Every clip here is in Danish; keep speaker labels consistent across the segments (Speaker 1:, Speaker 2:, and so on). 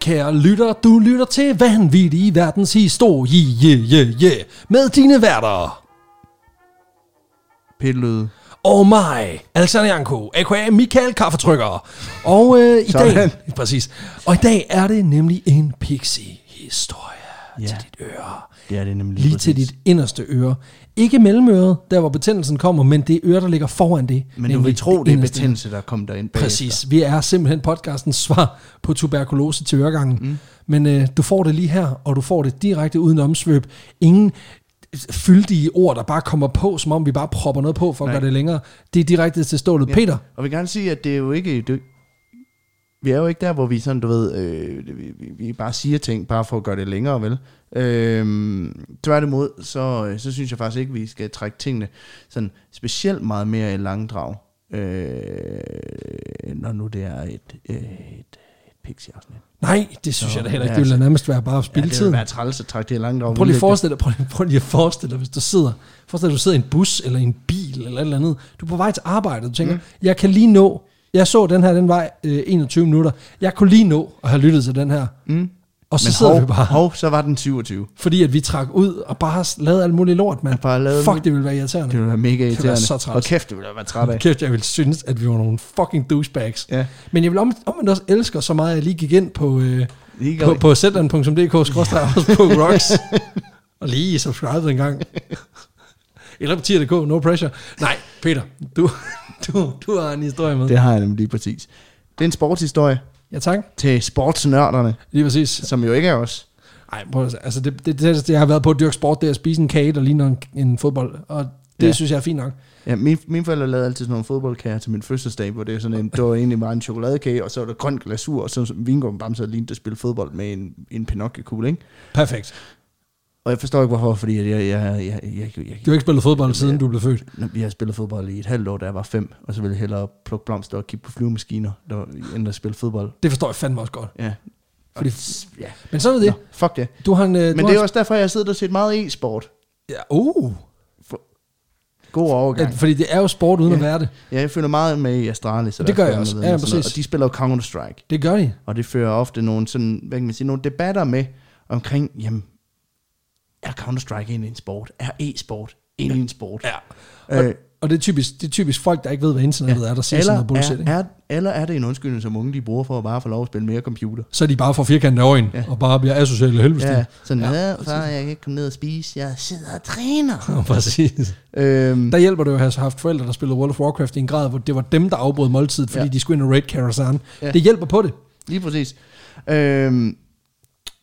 Speaker 1: kære lytter. Du lytter til vanvittige verdenshistorie yeah, yeah, yeah, med dine værter.
Speaker 2: Pillede.
Speaker 1: Og mig, Alexander Janko, a.k.a. Michael Kaffetrykker. Og øh, i dag,
Speaker 2: Sådan.
Speaker 1: præcis. Og i dag er det nemlig en pixie-historie
Speaker 2: Ja.
Speaker 1: ja. til dit øre.
Speaker 2: Det er det nemlig.
Speaker 1: Lige til dit inderste øre. Ikke mellemøret, der hvor betændelsen kommer, men det øre, der ligger foran det.
Speaker 2: Men du
Speaker 1: nemlig
Speaker 2: vil tro, det er
Speaker 1: inderste øre.
Speaker 2: betændelse, der kom derind bagefter.
Speaker 1: Præcis. Vi er simpelthen podcastens svar på tuberkulose til øregangen. Mm. Men øh, du får det lige her, og du får det direkte uden omsvøb. Ingen fyldige ord, der bare kommer på, som om vi bare propper noget på for at
Speaker 2: Nej.
Speaker 1: gøre det længere. Det er direkte til stålet. Ja. Peter,
Speaker 2: Og vi vil gerne sige, at det er jo ikke... Det, vi er jo ikke der, hvor vi sådan, du ved, øh, vi, vi, vi bare siger ting, bare for at gøre det længere, vel? Øhm, tværtimod, så, øh, så synes jeg faktisk ikke, vi skal trække tingene sådan specielt meget mere i langdrag, øh, når nu det er et, øh, et, et pixie-afsnit.
Speaker 1: nej, det synes
Speaker 2: Nå,
Speaker 1: jeg da heller ikke.
Speaker 2: ja,
Speaker 1: Det ville da
Speaker 2: altså.
Speaker 1: nærmest være bare at spille
Speaker 2: Ja,
Speaker 1: ja,
Speaker 2: det vil
Speaker 1: tiden.
Speaker 2: være træls at trække det i langdrag.
Speaker 1: Prøv lige at
Speaker 2: Ville det-
Speaker 1: forestille dig, prøv lige, prøv lige at forestille dig, hvis du sidder, forestil dig, du sidder i en bus eller i en bil eller et eller andet. Du er på vej til arbejde, du tænker, mm. jeg kan lige nå, jeg så den her, den vej øh, 21 minutter. Jeg kunne lige nå at have lyttet til den her. Mm. Og så
Speaker 2: Men
Speaker 1: sidder
Speaker 2: hov,
Speaker 1: vi bare,
Speaker 2: hov, så var den 27.
Speaker 1: fordi at vi trak ud og bare lavede alt muligt lort, mand.
Speaker 2: Ja, bare lavede
Speaker 1: Fuck,
Speaker 2: alt-
Speaker 1: det ville være irriterende.
Speaker 2: Det ville være mega irriterende.
Speaker 1: så træls.
Speaker 2: Og kæft, det ville jeg være træt af.
Speaker 1: Kæft, jeg ville synes, at vi var nogle fucking douchebags.
Speaker 2: Ja.
Speaker 1: Men jeg vil om, omvendt også elsker så meget, at jeg lige gik ind på, øh,
Speaker 2: Lige
Speaker 1: på, på zland.dk skråstrej også på rocks. Og lige subscribe en gang. Eller på tier.dk, no pressure. Nej, Peter, du, du, du har en historie med.
Speaker 2: Det har jeg nemlig lige præcis. Det er en sportshistorie
Speaker 1: Ja, tak.
Speaker 2: til sportsnørderne,
Speaker 1: Lige præcis.
Speaker 2: som jo ikke er os.
Speaker 1: Ej, prøv, at se, altså det, det, det, det, jeg har været på at dyrke sport, det er at spise en kage, der ligner en, en fodbold. Og det
Speaker 2: Ja.
Speaker 1: ja. synes jeg er fint nok.
Speaker 2: Ja, min, mine forældre lavede altid sådan nogle fodboldkager til min fødselsdag, hvor det er sådan en, det var egentlig bare en chokoladekage, og så var der grøn glasur, og så vingummibamser lignede at spille fodbold med en, en pinocchio-kugle, ikke?
Speaker 1: Perfekt.
Speaker 2: Og jeg forstår ikke, hvorfor, fordi jeg, jeg, jeg, jeg, jeg, jeg,
Speaker 1: Du har ikke spillet fodbold, siden du blev født.
Speaker 2: Nå, Vi har spillet fodbold i et halvt år, da jeg var fem, og så ville jeg hellere plukke blomster og kigge på flyvemaskiner, der, end at spille fodbold.
Speaker 1: Det forstår jeg fandme også godt.
Speaker 2: Ja.
Speaker 1: Fordi,
Speaker 2: ja.
Speaker 1: men sådan er
Speaker 2: Nå,
Speaker 1: det.
Speaker 2: fuck det.
Speaker 1: Du har en... øh, Du
Speaker 2: Men
Speaker 1: har
Speaker 2: det er
Speaker 1: en,
Speaker 2: også derfor, jeg sidder og set meget e-sport.
Speaker 1: ja, uh,
Speaker 2: God overgang.
Speaker 1: at, fordi det er jo sport uden ja. at
Speaker 2: Ja.
Speaker 1: være det.
Speaker 2: Ja, jeg følger meget med i Astralis. og
Speaker 1: Det
Speaker 2: der
Speaker 1: gør jeg
Speaker 2: spiller
Speaker 1: også.
Speaker 2: med
Speaker 1: Ja,
Speaker 2: og sådan noget.
Speaker 1: præcis.
Speaker 2: Og de spiller jo Counter-Strike.
Speaker 1: Det gør de.
Speaker 2: Og det fører ofte nogle, sådan, hvad kan man sige, nogle debatter med omkring, jamen, er Counter-Strike egentlig en sport? Er e-sport egentlig en sport?
Speaker 1: Ja.
Speaker 2: Øh,
Speaker 1: Og, og det, er typisk, det er typisk folk, der ikke ved, hvad internettet ja. er, der siger sådan noget bullshit.
Speaker 2: er,
Speaker 1: Ikke?
Speaker 2: er, eller er det en undskyldning, som unge de bruger for at bare få lov at spille mere computer?
Speaker 1: Så er de bare får firkantede øjne, ja.
Speaker 2: Ja.
Speaker 1: og bare bliver asociale helveste.
Speaker 2: Ja,
Speaker 1: Ja.
Speaker 2: sådan,
Speaker 1: Ja,
Speaker 2: ja, far, jeg kan ikke komme ned og spise, jeg sidder og træner.
Speaker 1: Præcis.
Speaker 2: Øhm,
Speaker 1: Der hjælper det jo at have haft forældre, der spillede World of Warcraft i en grad, hvor det var dem, der afbrød måltidet, fordi ja.
Speaker 2: Ja.
Speaker 1: de skulle ind og raid Karazhan. Ja.
Speaker 2: Ja.
Speaker 1: Det hjælper på det.
Speaker 2: Lige præcis. Øhm,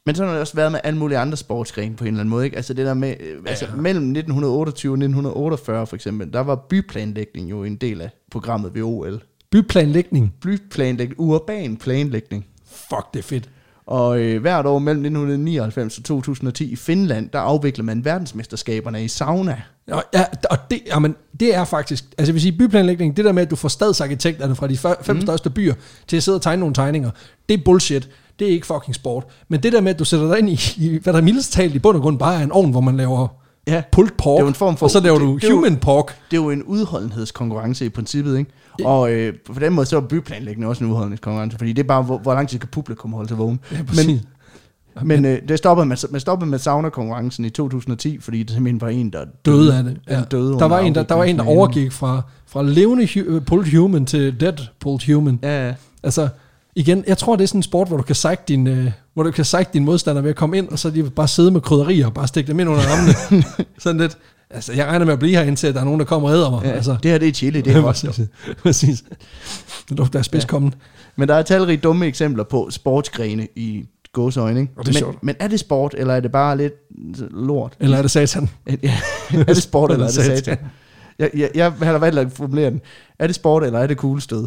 Speaker 2: men sådan har det også været med alle mulige andre sportsgrene på en eller anden måde. Ikke? Altså det der med, øh, altså mellem 1928 og 1948 for eksempel, der var byplanlægning jo en del af programmet ved OL.
Speaker 1: Byplanlægning.
Speaker 2: Byplanlægning, urban planlægning.
Speaker 1: Fuck, det er fedt.
Speaker 2: Og øh, hvert år mellem 1999 og 2010 i Finland, der afvikler man verdensmesterskaberne i sauna.
Speaker 1: Og, ja, og det, jamen, det er faktisk, altså jeg vil sige, byplanlægning, det der med, at du får stadsarkitekterne fra de før- fem mm.
Speaker 2: Mhm.
Speaker 1: største byer til at sidde og tegne nogle tegninger, det er bullshit. Det er ikke fucking sport. Men det der med, at du sætter dig ind i, i hvad der mildest talt i bund og grund bare er en ovn, hvor man laver
Speaker 2: Ja.
Speaker 1: pulled pork,
Speaker 2: Det er jo en form for-
Speaker 1: og så laver
Speaker 2: det-
Speaker 1: du
Speaker 2: det er jo-
Speaker 1: human pork.
Speaker 2: Det er jo en udholdenhedskonkurrence i princippet, ikke? Og øh, på den måde, så er byplanlægning også en udholdenhedskonkurrence, fordi det er bare, hvor, hvor lang tid kan publikum holde sig vågen.
Speaker 1: Ja,
Speaker 2: Men,
Speaker 1: men,
Speaker 2: Men øh, det stoppede man, man stoppede med sauna-konkurrencen i 2010, fordi det simpelthen var en, der
Speaker 1: døde af det.
Speaker 2: Ja.
Speaker 1: Ja.
Speaker 2: Han døde
Speaker 1: der,
Speaker 2: under
Speaker 1: var en, der, der var en, der
Speaker 2: afviklingen.
Speaker 1: overgik fra, fra levende hu- øh, pulled human til dead pulled human.
Speaker 2: Ja, ja.
Speaker 1: Altså, igen, jeg tror, det er sådan en sport, hvor du kan psyche din, øh, hvor du kan psyche din modstander ved at komme ind, og så lige bare sidde med krydderier og bare stikke dem ind under armene. sådan lidt. Altså, jeg regner med at blive her, indtil der er nogen, der kommer og æder mig.
Speaker 2: ja.
Speaker 1: altså,
Speaker 2: Altså, det her det er chili, det er godt.
Speaker 1: præcis. præcis. Det lugter af spidskommen.
Speaker 2: Men der er talrige dumme eksempler på sportsgrene i gåseøjne, ikke?
Speaker 1: Og det er
Speaker 2: men,
Speaker 1: sjovt.
Speaker 2: men er det sport, eller er det bare lidt lort?
Speaker 1: Eller er det satan?
Speaker 2: Ja. er det sport, eller er det satan? Jeg, jeg, jeg har valgt at formulere den. Er det sport, eller er det kuglestød?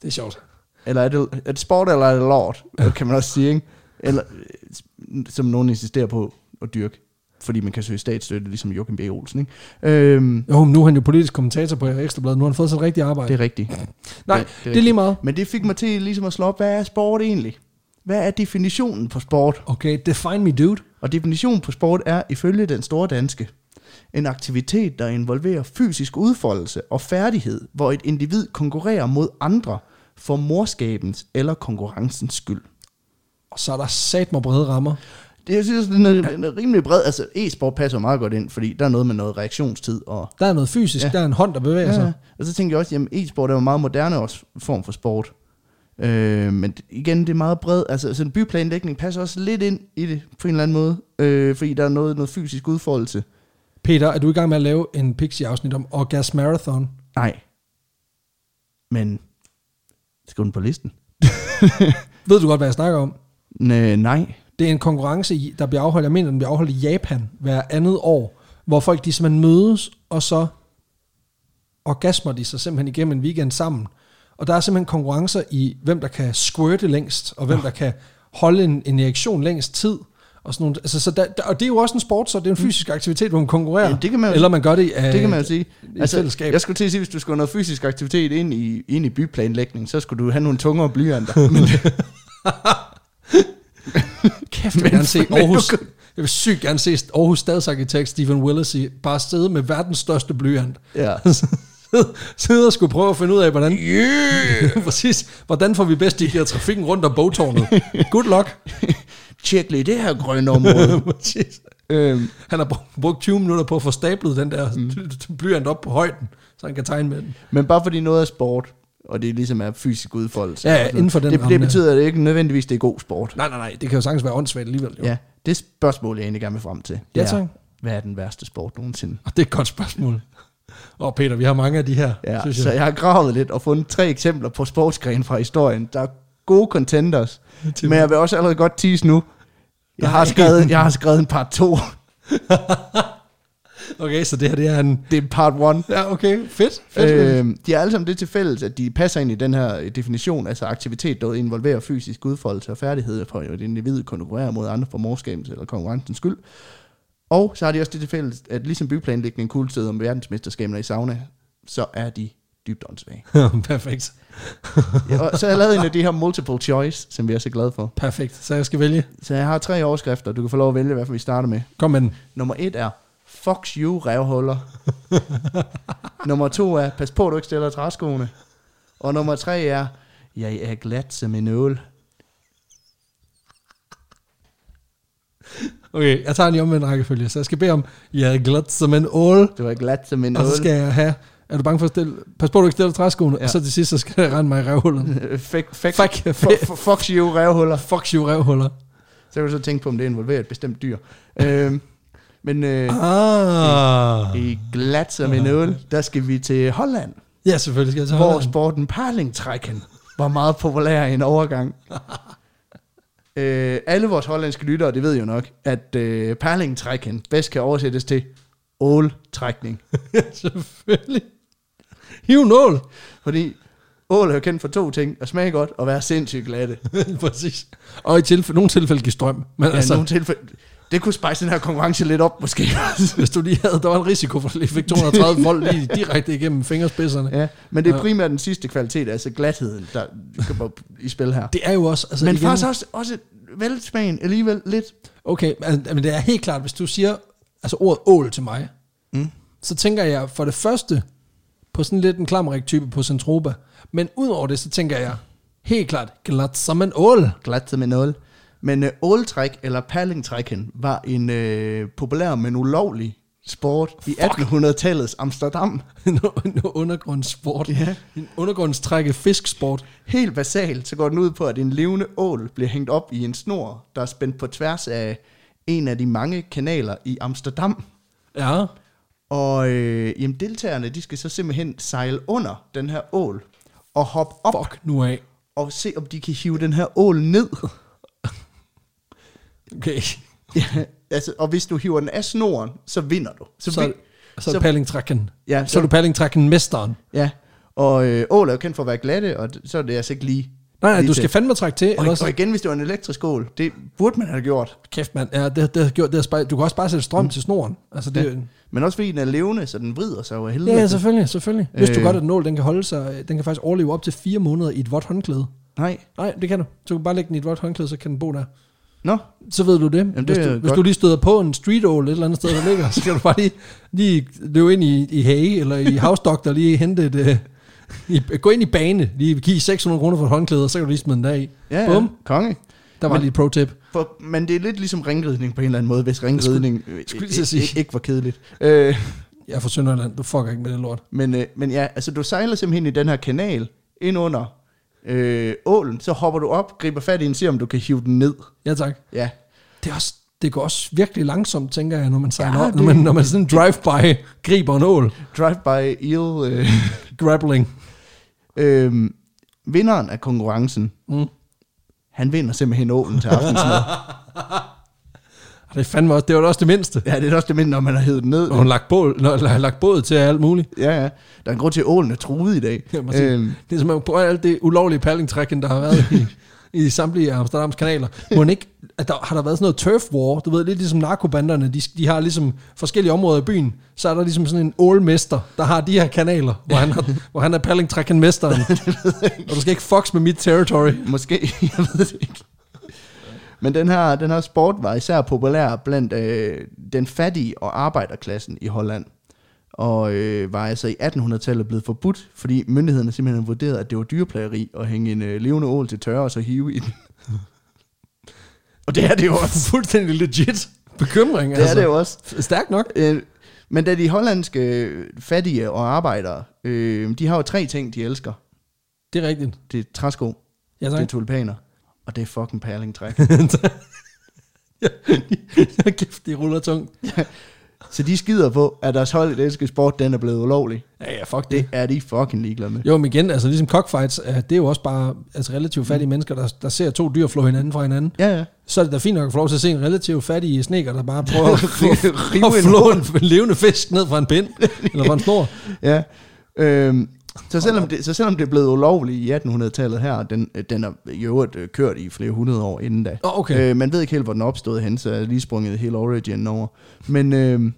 Speaker 1: Det er sjovt.
Speaker 2: Eller er det, er det sport, eller er det lort? Kan man også sige, ikke? Eller, øh, som nogen insisterer på at dyrke, fordi man kan søge statsstøtte, ligesom Joachim B. Olsen, ikke? Øhm,
Speaker 1: Jo, men nu er han jo politisk kommentator på Ekstrabladet. Nu har han fået sig et rigtigt arbejde.
Speaker 2: det er rigtigt.
Speaker 1: Nej,
Speaker 2: det er
Speaker 1: det, det, det er
Speaker 2: rigtigt.
Speaker 1: lige meget.
Speaker 2: Men det fik mig til ligesom at slå op, hvad er sport egentlig? Hvad er definitionen på sport?
Speaker 1: Okay, define me, dude.
Speaker 2: Og definitionen på sport er, ifølge den store danske, en aktivitet, der involverer fysisk udfoldelse og færdighed, hvor et individ konkurrerer mod andre for morskabens eller konkurrencens skyld.
Speaker 1: Og så er der sat mig brede rammer.
Speaker 2: Det, jeg synes, den er, den er rimelig bred. Altså, e-sport passer jo meget godt ind, fordi der er noget med noget reaktionstid. Og,
Speaker 1: Der er noget fysisk, ja.
Speaker 2: Ja.
Speaker 1: der er en hånd, der bevæger ja. sig.
Speaker 2: og så tænker jeg også, jamen e-sport er jo en meget moderne også, form for sport. Øh, men d- igen, det er meget bredt. Altså, altså, en byplanlægning passer også lidt ind i det, på en eller anden måde. Øh, fordi der er noget, noget fysisk udfoldelse.
Speaker 1: Peter, er du i gang med at lave en Pixie-afsnit om Orgasm Marathon?
Speaker 2: Nej. Men skal den på listen?
Speaker 1: Ved du godt, hvad jeg snakker om?
Speaker 2: Næ, nej.
Speaker 1: Det er en konkurrence, i- der bliver afholdt, jeg mener, den bliver afholdt i Japan hver andet år, hvor folk de simpelthen mødes, og så orgasmer de sig simpelthen igennem en weekend sammen. Og der er simpelthen konkurrencer i, hvem der kan squirte længst, og hvem oh. der kan holde en, en erektion længst tid. Og, sådan nogle, altså, så der, der, og det er jo også en sport, så det er en fysisk aktivitet, hvor man konkurrerer.
Speaker 2: Mm. Ja, det kan man jo-
Speaker 1: Eller man gør det øh, af,
Speaker 2: Det kan man jo sige. Altså,
Speaker 1: i fællesskab.
Speaker 2: Jeg skulle til at sige, hvis du skulle have noget fysisk aktivitet ind i, ind i byplanlægning, så skulle du have nogle tungere blyanter. Men det,
Speaker 1: Kæft, jeg vil
Speaker 2: Men-
Speaker 1: gerne se
Speaker 2: men
Speaker 1: Aarhus.
Speaker 2: du
Speaker 1: Jeg vil sygt gerne se Aarhus stadsarkitekt Stephen Willis i bare sidde med verdens største blyant.
Speaker 2: ja.
Speaker 1: sidde og skulle prøve at finde ud af, hvordan, yeah! præcis, hvordan får vi bedst de her trafikken rundt om bogtårnet. Good luck.
Speaker 2: Tjek lige det her grønne område.
Speaker 1: præcis.
Speaker 2: øhm,
Speaker 1: Han har br- brugt 20 minutter på at få stablet den der mm. blyant op på højden, så han kan tegne med den.
Speaker 2: men bare fordi noget er sport, og det ligesom er fysisk udfoldelse.
Speaker 1: Ja, ja,
Speaker 2: og sådan
Speaker 1: inden for den
Speaker 2: det,
Speaker 1: ramme
Speaker 2: det
Speaker 1: der.
Speaker 2: betyder det ikke nødvendigvis, det er god sport.
Speaker 1: Nej, nej, nej, det kan jo sagtens være åndssvagt alligevel. Jo.
Speaker 2: Ja, det spørgsmål, jeg egentlig gerne vil frem til, det
Speaker 1: Ja,
Speaker 2: er,
Speaker 1: tak.
Speaker 2: hvad er den værste sport nogensinde?
Speaker 1: Og det er et godt spørgsmål. Og Peter, vi har mange af de her,
Speaker 2: Ja,
Speaker 1: synes
Speaker 2: jeg. så
Speaker 1: jeg.
Speaker 2: jeg har gravet lidt og fundet tre eksempler på sportsgrene fra historien. Der er gode contenders,
Speaker 1: Til-
Speaker 2: men jeg vil også allerede godt tease nu. Jeg har,
Speaker 1: Nej.
Speaker 2: skrevet, jeg har skrevet en part 2.
Speaker 1: Okay, så det her det er en...
Speaker 2: Det er part 1.
Speaker 1: Ja, okay, fedt. fedt. Øh,
Speaker 2: Øh, de er alle sammen det til fælles, at de passer ind i den her øh, definition, altså aktivitet, der involverer fysisk udfoldelse og færdigheder for at et individ konkurrerer mod andre for morskabens eller konkurrencens skyld. Og så har de også det til fælles, at ligesom byplanlægning kuglestød om verdensmesterskaberne i sauna, så er de dybt åndssvage.
Speaker 1: Perfekt.
Speaker 2: Ja, og så har jeg lavet en af de her multiple choice, som vi er så glade for.
Speaker 1: Perfekt. Så jeg skal vælge.
Speaker 2: Så jeg har tre overskrifter, du kan få lov at vælge, hvad for vi starter med.
Speaker 1: Kom med den.
Speaker 2: Nummer et er, fuck you, revhuller. nummer to er, pas på, du ikke stiller træskoene. Og nummer tre er, jeg er glat som en øl.
Speaker 1: Okay, jeg tager den i omvendt rækkefølge. Så jeg skal bede om, jeg er glad som en ål.
Speaker 2: Du er glat som en
Speaker 1: Og så skal
Speaker 2: øl.
Speaker 1: jeg have, er du bange for at stille, pas på, du ikke stiller træskoene. Ja.
Speaker 2: Ja.
Speaker 1: Og så til sidst, så skal jeg rende mig i revhullerne.
Speaker 2: Øh, Fik, fik,
Speaker 1: Fuck.
Speaker 2: fu- fu- fuck you, revhuller.
Speaker 1: Fuck you, revhuller.
Speaker 2: Så kan du så tænke på, om det involverer et bestemt dyr. øhm, men øh,
Speaker 1: Ah.
Speaker 2: i glat som en øl, der skal vi til Holland.
Speaker 1: Ja, selvfølgelig skal jeg så
Speaker 2: hvor
Speaker 1: holde den.
Speaker 2: sporten parlingtrækken var meget populær i en overgang. øh, alle vores hollandske lyttere, det ved jo nok, at øh, parlingtrækken bedst kan oversættes til åltrækning.
Speaker 1: Ja, selvfølgelig. Hiv nål.
Speaker 2: Fordi ål er jo kendt for to ting, at smage godt og være sindssygt glatte.
Speaker 1: Præcis. Og i tilfælde, nogle tilfælde give strøm. Men ja,
Speaker 2: Ja, altså,
Speaker 1: altså,
Speaker 2: nogle tilfælde, det kunne spice den her konkurrence lidt op, måske.
Speaker 1: hvis du lige havde, der var en risiko for, at du lige fik 230 volt lige direkte igennem fingerspidserne. Ja.
Speaker 2: ja, men det
Speaker 1: Ja.
Speaker 2: er primært den sidste kvalitet, altså glatheden, der kommer i spil her.
Speaker 1: Det er jo også... Altså,
Speaker 2: Men
Speaker 1: igen-
Speaker 2: faktisk også, også velsmagen alligevel lidt.
Speaker 1: Okay, altså, men det er helt klart, hvis du siger altså ordet ål til mig,
Speaker 2: Mm.
Speaker 1: så tænker jeg for det første på sådan lidt en klammerik type på Centroba, men udover det, så tænker jeg helt klart glat som en ål.
Speaker 2: glat som en ål. Men øh, åltræk, eller pallingtrækken, var en øh, populær, men ulovlig sport i 1800-tallets Amsterdam.
Speaker 1: en en undergrundssport.
Speaker 2: Ja.
Speaker 1: En undergrundstrække fisksport.
Speaker 2: Helt basalt, så går den ud på, at en levende ål bliver hængt op i en snor, der er spændt på tværs af en af de mange kanaler i Amsterdam.
Speaker 1: Ja.
Speaker 2: Og øh, jamen, deltagerne, de skal så simpelthen sejle under den her ål, og hoppe op Fuck.
Speaker 1: Fuck nu af.
Speaker 2: og se, om de kan hive den her ål ned.
Speaker 1: Okay.
Speaker 2: ja, altså, og hvis du hiver den af snoren, så vinder du.
Speaker 1: Så, så,
Speaker 2: vi-
Speaker 1: så, så
Speaker 2: så-
Speaker 1: pallingtrækken.
Speaker 2: ja,
Speaker 1: Så er du pallingtrækken mesteren.
Speaker 2: Ja, og øh, ål er jo kendt for at være glatte, og d- så er det altså ikke lige...
Speaker 1: Nej, nej,
Speaker 2: lige
Speaker 1: du skal
Speaker 2: til.
Speaker 1: fandme trække til.
Speaker 2: og,
Speaker 1: ellers-
Speaker 2: og igen, hvis det var en elektrisk ål, det burde man have gjort.
Speaker 1: Kæft, mand. Ja, det, det, har gjort- det, har spej- du kan også bare sætte strøm mm. til snoren. Altså, det, ja.
Speaker 2: Men også fordi den er levende, så den vrider sig over helvede.
Speaker 1: Ja, ja, selvfølgelig, selvfølgelig. Øh. Vidste du
Speaker 2: Øh.
Speaker 1: godt, at nål, den kan holde sig, øh, den kan faktisk overleve op til fire måneder i et vådt håndklæde?
Speaker 2: Nej.
Speaker 1: Nej, det kan du. Du kan bare lægge den i et vådt håndklæde, så kan den bo der.
Speaker 2: Nå,
Speaker 1: Så ved du det. Jamen,
Speaker 2: det
Speaker 1: hvis,
Speaker 2: er
Speaker 1: du,
Speaker 2: godt.
Speaker 1: hvis du lige støder på en street owl et eller andet sted, der ligger, så kan du bare lige, lige løbe ind i, i hage eller i house doctor, lige hente et... Øh, i, gå ind i bane, lige give 600 kroner for et håndklæde, og så kan du lige smide den der i.
Speaker 2: ja,
Speaker 1: Bum.
Speaker 2: ja. konge.
Speaker 1: Der var
Speaker 2: Men-
Speaker 1: lige et pro-tip.
Speaker 2: For, men det er lidt ligesom ringridning på en eller anden måde, hvis ringridning øh,
Speaker 1: skulle lige til at sige.
Speaker 2: ikke- ikke var kedeligt. Øh,
Speaker 1: Jeg er fra Sønderjylland, du fucker ikke med det lort.
Speaker 2: men, øh, men ja, altså du sejler simpelthen i den her kanal ind under øh, ålen, så hopper du op, griber fat i den, ser om du kan hive den ned.
Speaker 1: Ja tak.
Speaker 2: Ja,
Speaker 1: Det, er også, det går også virkelig langsomt, tænker jeg, når man sejler
Speaker 2: Ja,
Speaker 1: ja, op.
Speaker 2: det-
Speaker 1: Når man, når man sådan drive-by griber en ål.
Speaker 2: drive-by eel. Øh,
Speaker 1: Grappling.
Speaker 2: øh, vinderen af konkurrencen,
Speaker 1: Mm.
Speaker 2: han vinder simpelthen ålen til aftensmad.
Speaker 1: Og det, fandme også, det var da også det mindste.
Speaker 2: ja, det er også det mindre, når man har hævet den ned.
Speaker 1: Og hun lagt, bål, når, lagt båd til og alt muligt.
Speaker 2: Ja, ja. Der er en grund til, at ålen er truet i dag. Øhm,
Speaker 1: Ja, præcis. Det er som at på alt det ulovlige paddlingtrækken, der har været i, i samtlige af Amsterdams kanaler. Må den ikke, at der, har der været sådan noget turf war? Du ved, lidt ligesom narkobanderne, de, de har ligesom forskellige områder i byen. Så er der ligesom sådan en ålmester, der har de her kanaler, hvor han, har, hvor han er paddlingtrækken mesteren. og du skal ikke fucks med mit territory.
Speaker 2: Måske, jeg ved det ikke. Men den her, den her sport var især populær blandt øh, den fattige og arbejderklassen i Holland. Og øh, var altså i 1800-tallet blevet forbudt, fordi myndighederne simpelthen vurderede, at det var dyreplageri at hænge en øh, levende ål til tørre og så hive i den. og det er det jo også.
Speaker 1: Fuldstændig legit bekymring. altså.
Speaker 2: Det er det jo også.
Speaker 1: Stærkt nok.
Speaker 2: Øh, men da de hollandske fattige og arbejdere, øh, de har jo tre ting, de elsker.
Speaker 1: Det er rigtigt.
Speaker 2: Det er træsko,
Speaker 1: Ja,
Speaker 2: det er
Speaker 1: tak.
Speaker 2: tulipaner, og det er fucking perlingtræk.
Speaker 1: Ja, Kæft, de ruller tungt.
Speaker 2: Så de skider på, at deres hold elsker sport, den er blevet ulovlig.
Speaker 1: Ja, ja, fuck det.
Speaker 2: Det er de fucking ligeglade med.
Speaker 1: Jo, men igen, altså ligesom cockfights, øh, det er jo også bare altså, relativt fattige
Speaker 2: Mm.
Speaker 1: mennesker, der, der ser to dyr flå hinanden fra hinanden.
Speaker 2: Ja, ja.
Speaker 1: Så er det da fint nok at få lov til at se en relativt fattig sneker, der bare prøver at,
Speaker 2: Rive- rive
Speaker 1: rive at
Speaker 2: en
Speaker 1: flå en levende fisk ned fra en pind, eller fra en snor.
Speaker 2: ja. Øhm, så, selvom det, så selvom det er blevet ulovligt i 1800-tallet her, og den, øh, den er i øvrigt øh, kørt i flere hundrede år inden da.
Speaker 1: Åh, okay.
Speaker 2: Øh, man ved ikke helt, hvor den opstod hen, så jeg er lige sprunget hele origin over. Men øh,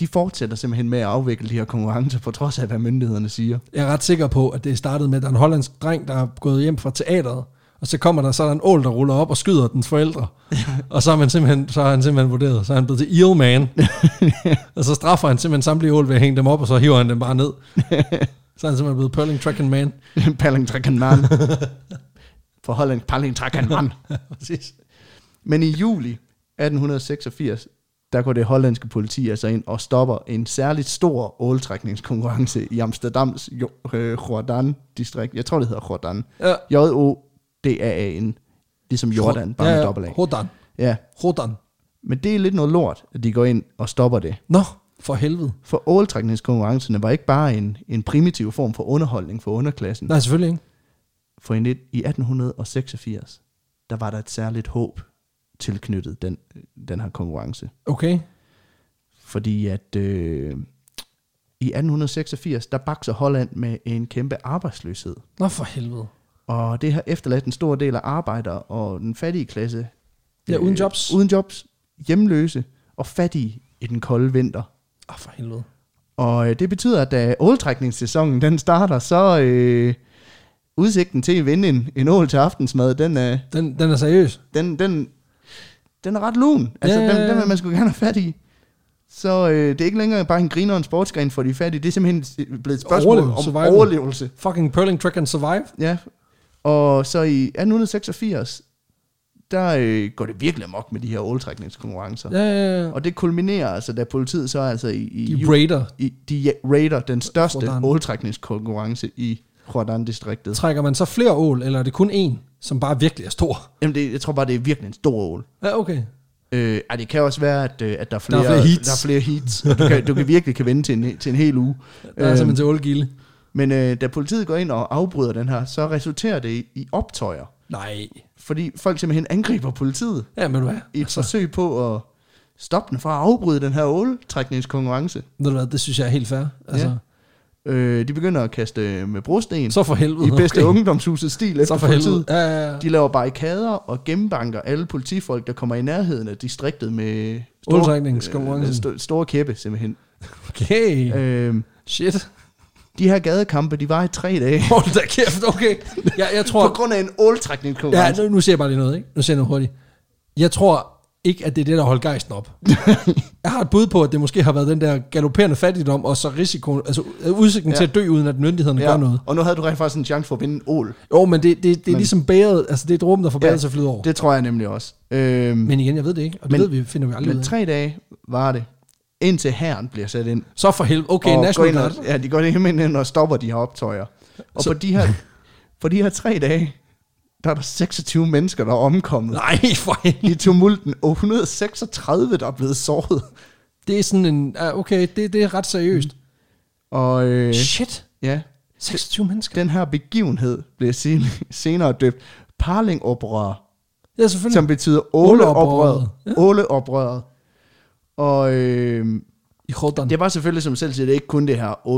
Speaker 2: de fortsætter simpelthen med at afvikle de her konkurrencer, på trods af, hvad myndighederne siger.
Speaker 1: Jeg er ret sikker på, at det startede med, at der er en hollandsk dreng, der er gået hjem fra teateret, og så kommer der, så er der en ål, der ruller op og skyder dens forældre. Og så har, man simpelthen, så har han simpelthen vurderet, så er han blevet til Eel Man. og så straffer han simpelthen samtlige ål ved at hænge dem op, og så hiver han dem bare ned. Så er han simpelthen blevet Pearling Trucking Man.
Speaker 2: Pallingtrækken mand. For Holland, Pallingtrækken mand.
Speaker 1: Præcis.
Speaker 2: Men i juli 1886, der går det hollandske politi altså ind og stopper en særligt stor åltrækningskonkurrence i Amsterdams Jo- øh, Jordan-distrikt. Jeg tror, det hedder Jordan.
Speaker 1: Ja.
Speaker 2: J-O-D-A-N. Ligesom Jordan, bare med dobbelt A.
Speaker 1: Rodan.
Speaker 2: Ja,
Speaker 1: Rodan.
Speaker 2: men det er lidt noget lort, at de går ind og stopper det.
Speaker 1: Nå, for helvede.
Speaker 2: For åltrækningskonkurrencerne var ikke bare en, en primitiv form for underholdning for underklassen.
Speaker 1: Nej, selvfølgelig ikke.
Speaker 2: For i nit- i 1886, der var der et særligt håb tilknyttet den, den her konkurrence.
Speaker 1: Okay.
Speaker 2: Fordi at øh, i 1886, der bakser Holland med en kæmpe arbejdsløshed.
Speaker 1: Nå, for helvede.
Speaker 2: Og det har efterladt en stor del af arbejdere og den fattige klasse. øh,
Speaker 1: Ja, uden jobs.
Speaker 2: Uden jobs, hjemløse og fattige i den kolde vinter.
Speaker 1: Åh, Ah, for helvede.
Speaker 2: Og øh, det betyder, at da åltrækningssæsonen den starter, så øh, udsigten til at vinde en, en ål til aftensmad, den er,
Speaker 1: Den, den er seriøs.
Speaker 2: den, den, den er ret lun. Altså,
Speaker 1: Ja, ja,
Speaker 2: den,
Speaker 1: ja.
Speaker 2: den vil man skulle gerne have fat i. Så øh, det er ikke længere bare en griner og en sportsgren for de fattige. Det er simpelthen blevet et spørgsmål
Speaker 1: Overlevelse,
Speaker 2: om
Speaker 1: survival.
Speaker 2: overlevelse.
Speaker 1: Fucking Pearling Truck and Survive.
Speaker 2: Ja. Og så i 1886, der øh, går det virkelig amok med de her åltrækningskonkurrencer. Ja.
Speaker 1: Ja, ja, ja.
Speaker 2: Og det kulminerer altså, da politiet så altså i, i,
Speaker 1: De
Speaker 2: juli-
Speaker 1: raider.
Speaker 2: i de raider den største
Speaker 1: Jordan.
Speaker 2: åltrækningskonkurrence i Jordan-distriktet.
Speaker 1: Trækker man så flere ål, eller er det kun én, som bare virkelig er stor?
Speaker 2: Jamen, det, jeg tror bare, det er virkelig en stor ål.
Speaker 1: Ja, okay.
Speaker 2: Øh, ej, det kan også være, at, øh, at der,
Speaker 1: Der
Speaker 2: er
Speaker 1: er
Speaker 2: flere,
Speaker 1: flere heats.
Speaker 2: Der er flere heats og du, kan, du kan virkelig kan vinde til en, til en hel uge.
Speaker 1: Der
Speaker 2: Øh,
Speaker 1: er simpelthen til ålgilde.
Speaker 2: men øh, da politiet går ind og afbryder den her, så resulterer det i, i optøjer.
Speaker 1: Nej.
Speaker 2: Fordi folk simpelthen angriber politiet
Speaker 1: Ja, men hvad?
Speaker 2: i et forsøg på at stoppe den fra at afbryde den her åltrækningskonkurrence.
Speaker 1: Ved du hvad, det synes jeg er helt fair. Altså,
Speaker 2: Ja. Øh, de begynder at kaste øh, med brosten
Speaker 1: Så for helvede.
Speaker 2: i bedste
Speaker 1: okay.
Speaker 2: ungdomshusets stil
Speaker 1: Så
Speaker 2: efter
Speaker 1: for helvede.
Speaker 2: politiet.
Speaker 1: Ja, ja, ja.
Speaker 2: De laver barrikader og gennembanker alle politifolk, der kommer i nærheden af distriktet med
Speaker 1: Åldrækningskonkurrencen.
Speaker 2: øh, sto- store kæppe simpelthen.
Speaker 1: Okay.
Speaker 2: Øhm,
Speaker 1: Shit.
Speaker 2: de her gadekampe, de var i tre dage.
Speaker 1: Hold da kæft, okay. Jeg, jeg tror,
Speaker 2: På grund af en åltrækning
Speaker 1: Ja, nu, nu siger jeg bare lige noget, ikke? Nu siger jeg noget hurtigt. Jeg tror, ikke, at det er det, der holdt gejsten op. jeg har et bud på, at det måske har været den der galopperende fattigdom, og så risikoen, altså udsigten ja.
Speaker 2: Ja.
Speaker 1: til at dø, uden at myndighederne ja. gør noget.
Speaker 2: Og nu havde du rent faktisk en chance for at vinde en ål.
Speaker 1: Jo, men det, det, det er
Speaker 2: Men-
Speaker 1: ligesom bæret, altså det er dråben, der får bæret
Speaker 2: Ja,
Speaker 1: til at flyde over. Det,
Speaker 2: Det tror jeg nemlig også. Øhm, men,
Speaker 1: men igen, jeg ved det ikke, og det men,
Speaker 2: Men-
Speaker 1: ved vi, finder vi aldrig ud
Speaker 2: men
Speaker 1: af.
Speaker 2: tre dage var det, indtil herren bliver sat ind.
Speaker 1: Så for helvede, okay,
Speaker 2: og går
Speaker 1: National
Speaker 2: ind og,
Speaker 1: Guard.
Speaker 2: Ja, de går ind ind og stopper de her optøjer. Og
Speaker 1: Så-
Speaker 2: på de her, på de her tre dage, der er der 26 mennesker, der er omkommet.
Speaker 1: Nej, for helvede.
Speaker 2: i tumulten, og 136, der er blevet såret.
Speaker 1: Det er sådan en, ah, okay, det, det er ret seriøst.
Speaker 2: Mm, Og øh,
Speaker 1: Shit,
Speaker 2: ja,
Speaker 1: 26 mennesker.
Speaker 2: den her begivenhed blev sen- senere døbt Parlingoprøret,
Speaker 1: Ja, selvfølgelig.
Speaker 2: som betyder
Speaker 1: Åleoprøret,
Speaker 2: åleoprøret. Åleoprøret. Og øh,
Speaker 1: I Jordan.
Speaker 2: det var selvfølgelig, som selv siger, det er ikke kun det her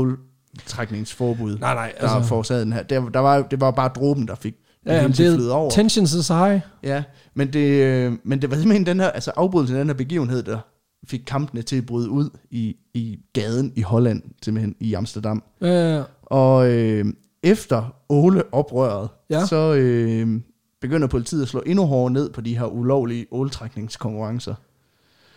Speaker 2: åltrækningsforbud,
Speaker 1: Nej, nej,
Speaker 2: der
Speaker 1: altså-
Speaker 2: altså. forårsagede den her. Der, der var, det var bare dråben, der fik
Speaker 1: Ja,
Speaker 2: ja,
Speaker 1: jamen,
Speaker 2: hele
Speaker 1: det
Speaker 2: tiden flydet
Speaker 1: er
Speaker 2: over.
Speaker 1: tensions is high.
Speaker 2: Ja, men det, øh, men det var simpelthen den her, altså afbrydelsen af den her begivenhed, der fik kampene til at bryde ud i, i gaden i Holland, simpelthen i Amsterdam.
Speaker 1: Øh,
Speaker 2: Og øh, efter Åle-oprøret,
Speaker 1: Ja.
Speaker 2: ja. så øh, begynder politiet at slå endnu hårdere ned på de her ulovlige åletrækningskonkurrencer.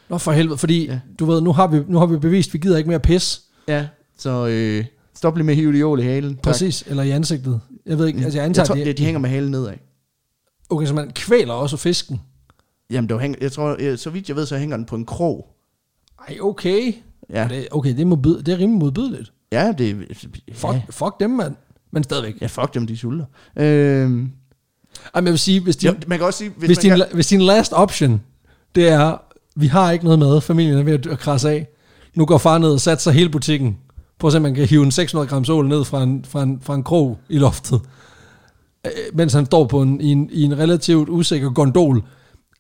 Speaker 1: nå for helvede, fordi ja.
Speaker 2: Ja.
Speaker 1: du ved, nu har, vi, nu har vi bevist, vi gider ikke mere pis.
Speaker 2: Ja, så øh, stop lige med at hive de ål i halen. Tak.
Speaker 1: Præcis, eller i ansigtet. Jeg ved ikke, altså jeg antager,
Speaker 2: Mm. jeg tror,
Speaker 1: det,
Speaker 2: de, de hænger med halen nedad.
Speaker 1: Okay, så man kvæler også fisken.
Speaker 2: Jamen, det var hæng, jeg tror, øh, så vidt jeg ved, så hænger den på en krog.
Speaker 1: Ej, okay.
Speaker 2: Ja,
Speaker 1: Det, okay, det er, modbyd, det er rimelig modbydeligt.
Speaker 2: ja det
Speaker 1: Fuck,
Speaker 2: Ja,
Speaker 1: ja. fuck dem, mand. Men stadigvæk.
Speaker 2: ja fuck dem, de sulter. Øh,
Speaker 1: Ej, men jeg vil sige, hvis din,
Speaker 2: Ja,
Speaker 1: jo,
Speaker 2: man kan også sige, hvis,
Speaker 1: hvis,
Speaker 2: man
Speaker 1: din,
Speaker 2: kan,
Speaker 1: la- hvis din last option, det er, vi har ikke noget mad, familien er ved at dø- at krasse af. Nu går far ned og satser hele butikken. Prøv at se, om man kan hive en 600 gram sol ned fra en, fra en, fra en krog i loftet. Øh, mens han står på en, i, en, i en relativt usikker gondol.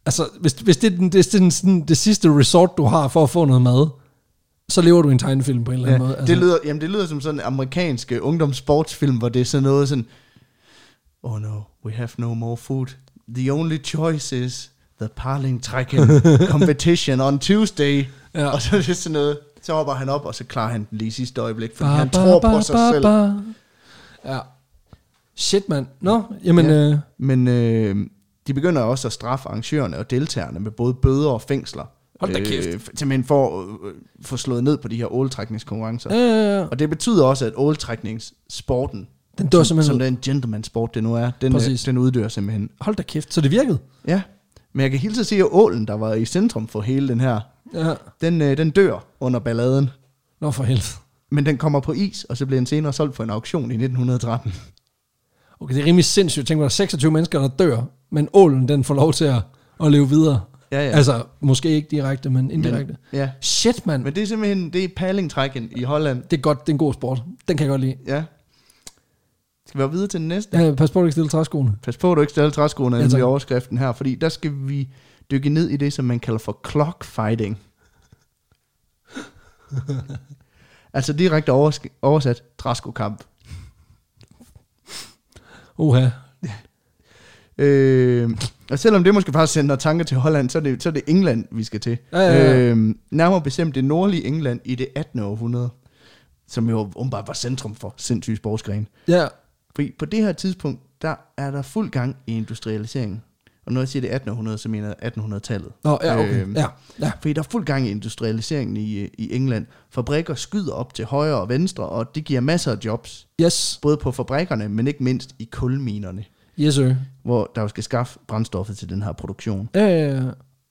Speaker 1: Altså, hvis, hvis det er den, det, er den, sådan, det sidste resort, du har for at få noget mad, så lever du i en tegnefilm på en eller anden
Speaker 2: ja,
Speaker 1: måde. Altså,
Speaker 2: det, lyder, jamen, det lyder som sådan en amerikansk øh, ungdomssportsfilm, hvor det er sådan noget sådan, oh no, we have no more food. The only choice is the parling trækken competition on Tuesday.
Speaker 1: Ja.
Speaker 2: Ja. Og så er det sådan noget, så hopper han op, og så klarer han den lige i sidste øjeblik, fordi
Speaker 1: Ba,
Speaker 2: han
Speaker 1: ba,
Speaker 2: tror
Speaker 1: ba,
Speaker 2: på sig
Speaker 1: ba,
Speaker 2: selv.
Speaker 1: ba. Ja. Shit, mand. Nå, jamen,
Speaker 2: Ja.
Speaker 1: ja. øh,
Speaker 2: Men øh, de begynder også at straffe arrangørerne og deltagerne med både bøder og fængsler.
Speaker 1: Hold da kæft.
Speaker 2: Øh, f- simpelthen for at øh, få slået ned på de her åletrækningskonkurrencer.
Speaker 1: øh,
Speaker 2: Og det betyder også, at åletrækningssporten,
Speaker 1: Den dør
Speaker 2: som,
Speaker 1: simpelthen
Speaker 2: som
Speaker 1: ud.
Speaker 2: den gentleman-sport, det nu er, den, øh,
Speaker 1: Præcis.
Speaker 2: den uddør simpelthen.
Speaker 1: hold da kæft. Så det virkede.
Speaker 2: Ja, men jeg kan hilse at sige, at ålen, der var i centrum for hele den her,
Speaker 1: Ja.
Speaker 2: den, øh, den dør under balladen.
Speaker 1: Nå, for helvede.
Speaker 2: Men den kommer på is, og så bliver den senere solgt på en auktion i 1913.
Speaker 1: Okay, det er rimelig sindssygt. Tænk mig, der er 26 mennesker, der dør, men ålen, den får lov til at, at leve videre.
Speaker 2: Ja, ja.
Speaker 1: Altså, måske ikke direkte, men indirekte. Men,
Speaker 2: ja.
Speaker 1: Shit, mand.
Speaker 2: Men det er simpelthen, det er palingtrækken i Holland.
Speaker 1: Det er godt, det er en god sport. Den kan jeg godt lide.
Speaker 2: Ja. Skal vi være videre til den næste?
Speaker 1: Ja, pas på, at du ikke stiller træskoene.
Speaker 2: Pas på, at du ikke stiller træskoene
Speaker 1: Ja,
Speaker 2: ja,
Speaker 1: tak.
Speaker 2: i overskriften her, fordi der skal vi dykke ned i det, som man kalder for clockfighting. altså direkte oversk- oversat træskokamp.
Speaker 1: Oha.
Speaker 2: Øh, og selvom det måske faktisk sender tanker til Holland, så er det, så er det England, vi skal til.
Speaker 1: Ja, ja, ja.
Speaker 2: Øh, nærmere bestemt det nordlige England i det 18. århundrede, som jo åbenbart var centrum for sindssyge sportsgren.
Speaker 1: Ja,
Speaker 2: Fordi på det her tidspunkt, der er der fuld gang i industrialiseringen. Og når jeg siger det 1800, så mener jeg 1800-tallet.
Speaker 1: Nå, ja, okay.
Speaker 2: Øhm,
Speaker 1: ja, ja.
Speaker 2: Fordi der er fuld gang i industrialiseringen i, øh, i England. Fabrikker skyder op til højre og venstre, og det giver masser af jobs.
Speaker 1: Yes,
Speaker 2: Både på fabrikkerne, men ikke mindst i kulminerne,
Speaker 1: yes sir.
Speaker 2: hvor der jo skal skaffe brændstoffet til den her produktion.
Speaker 1: Ja, ja, ja.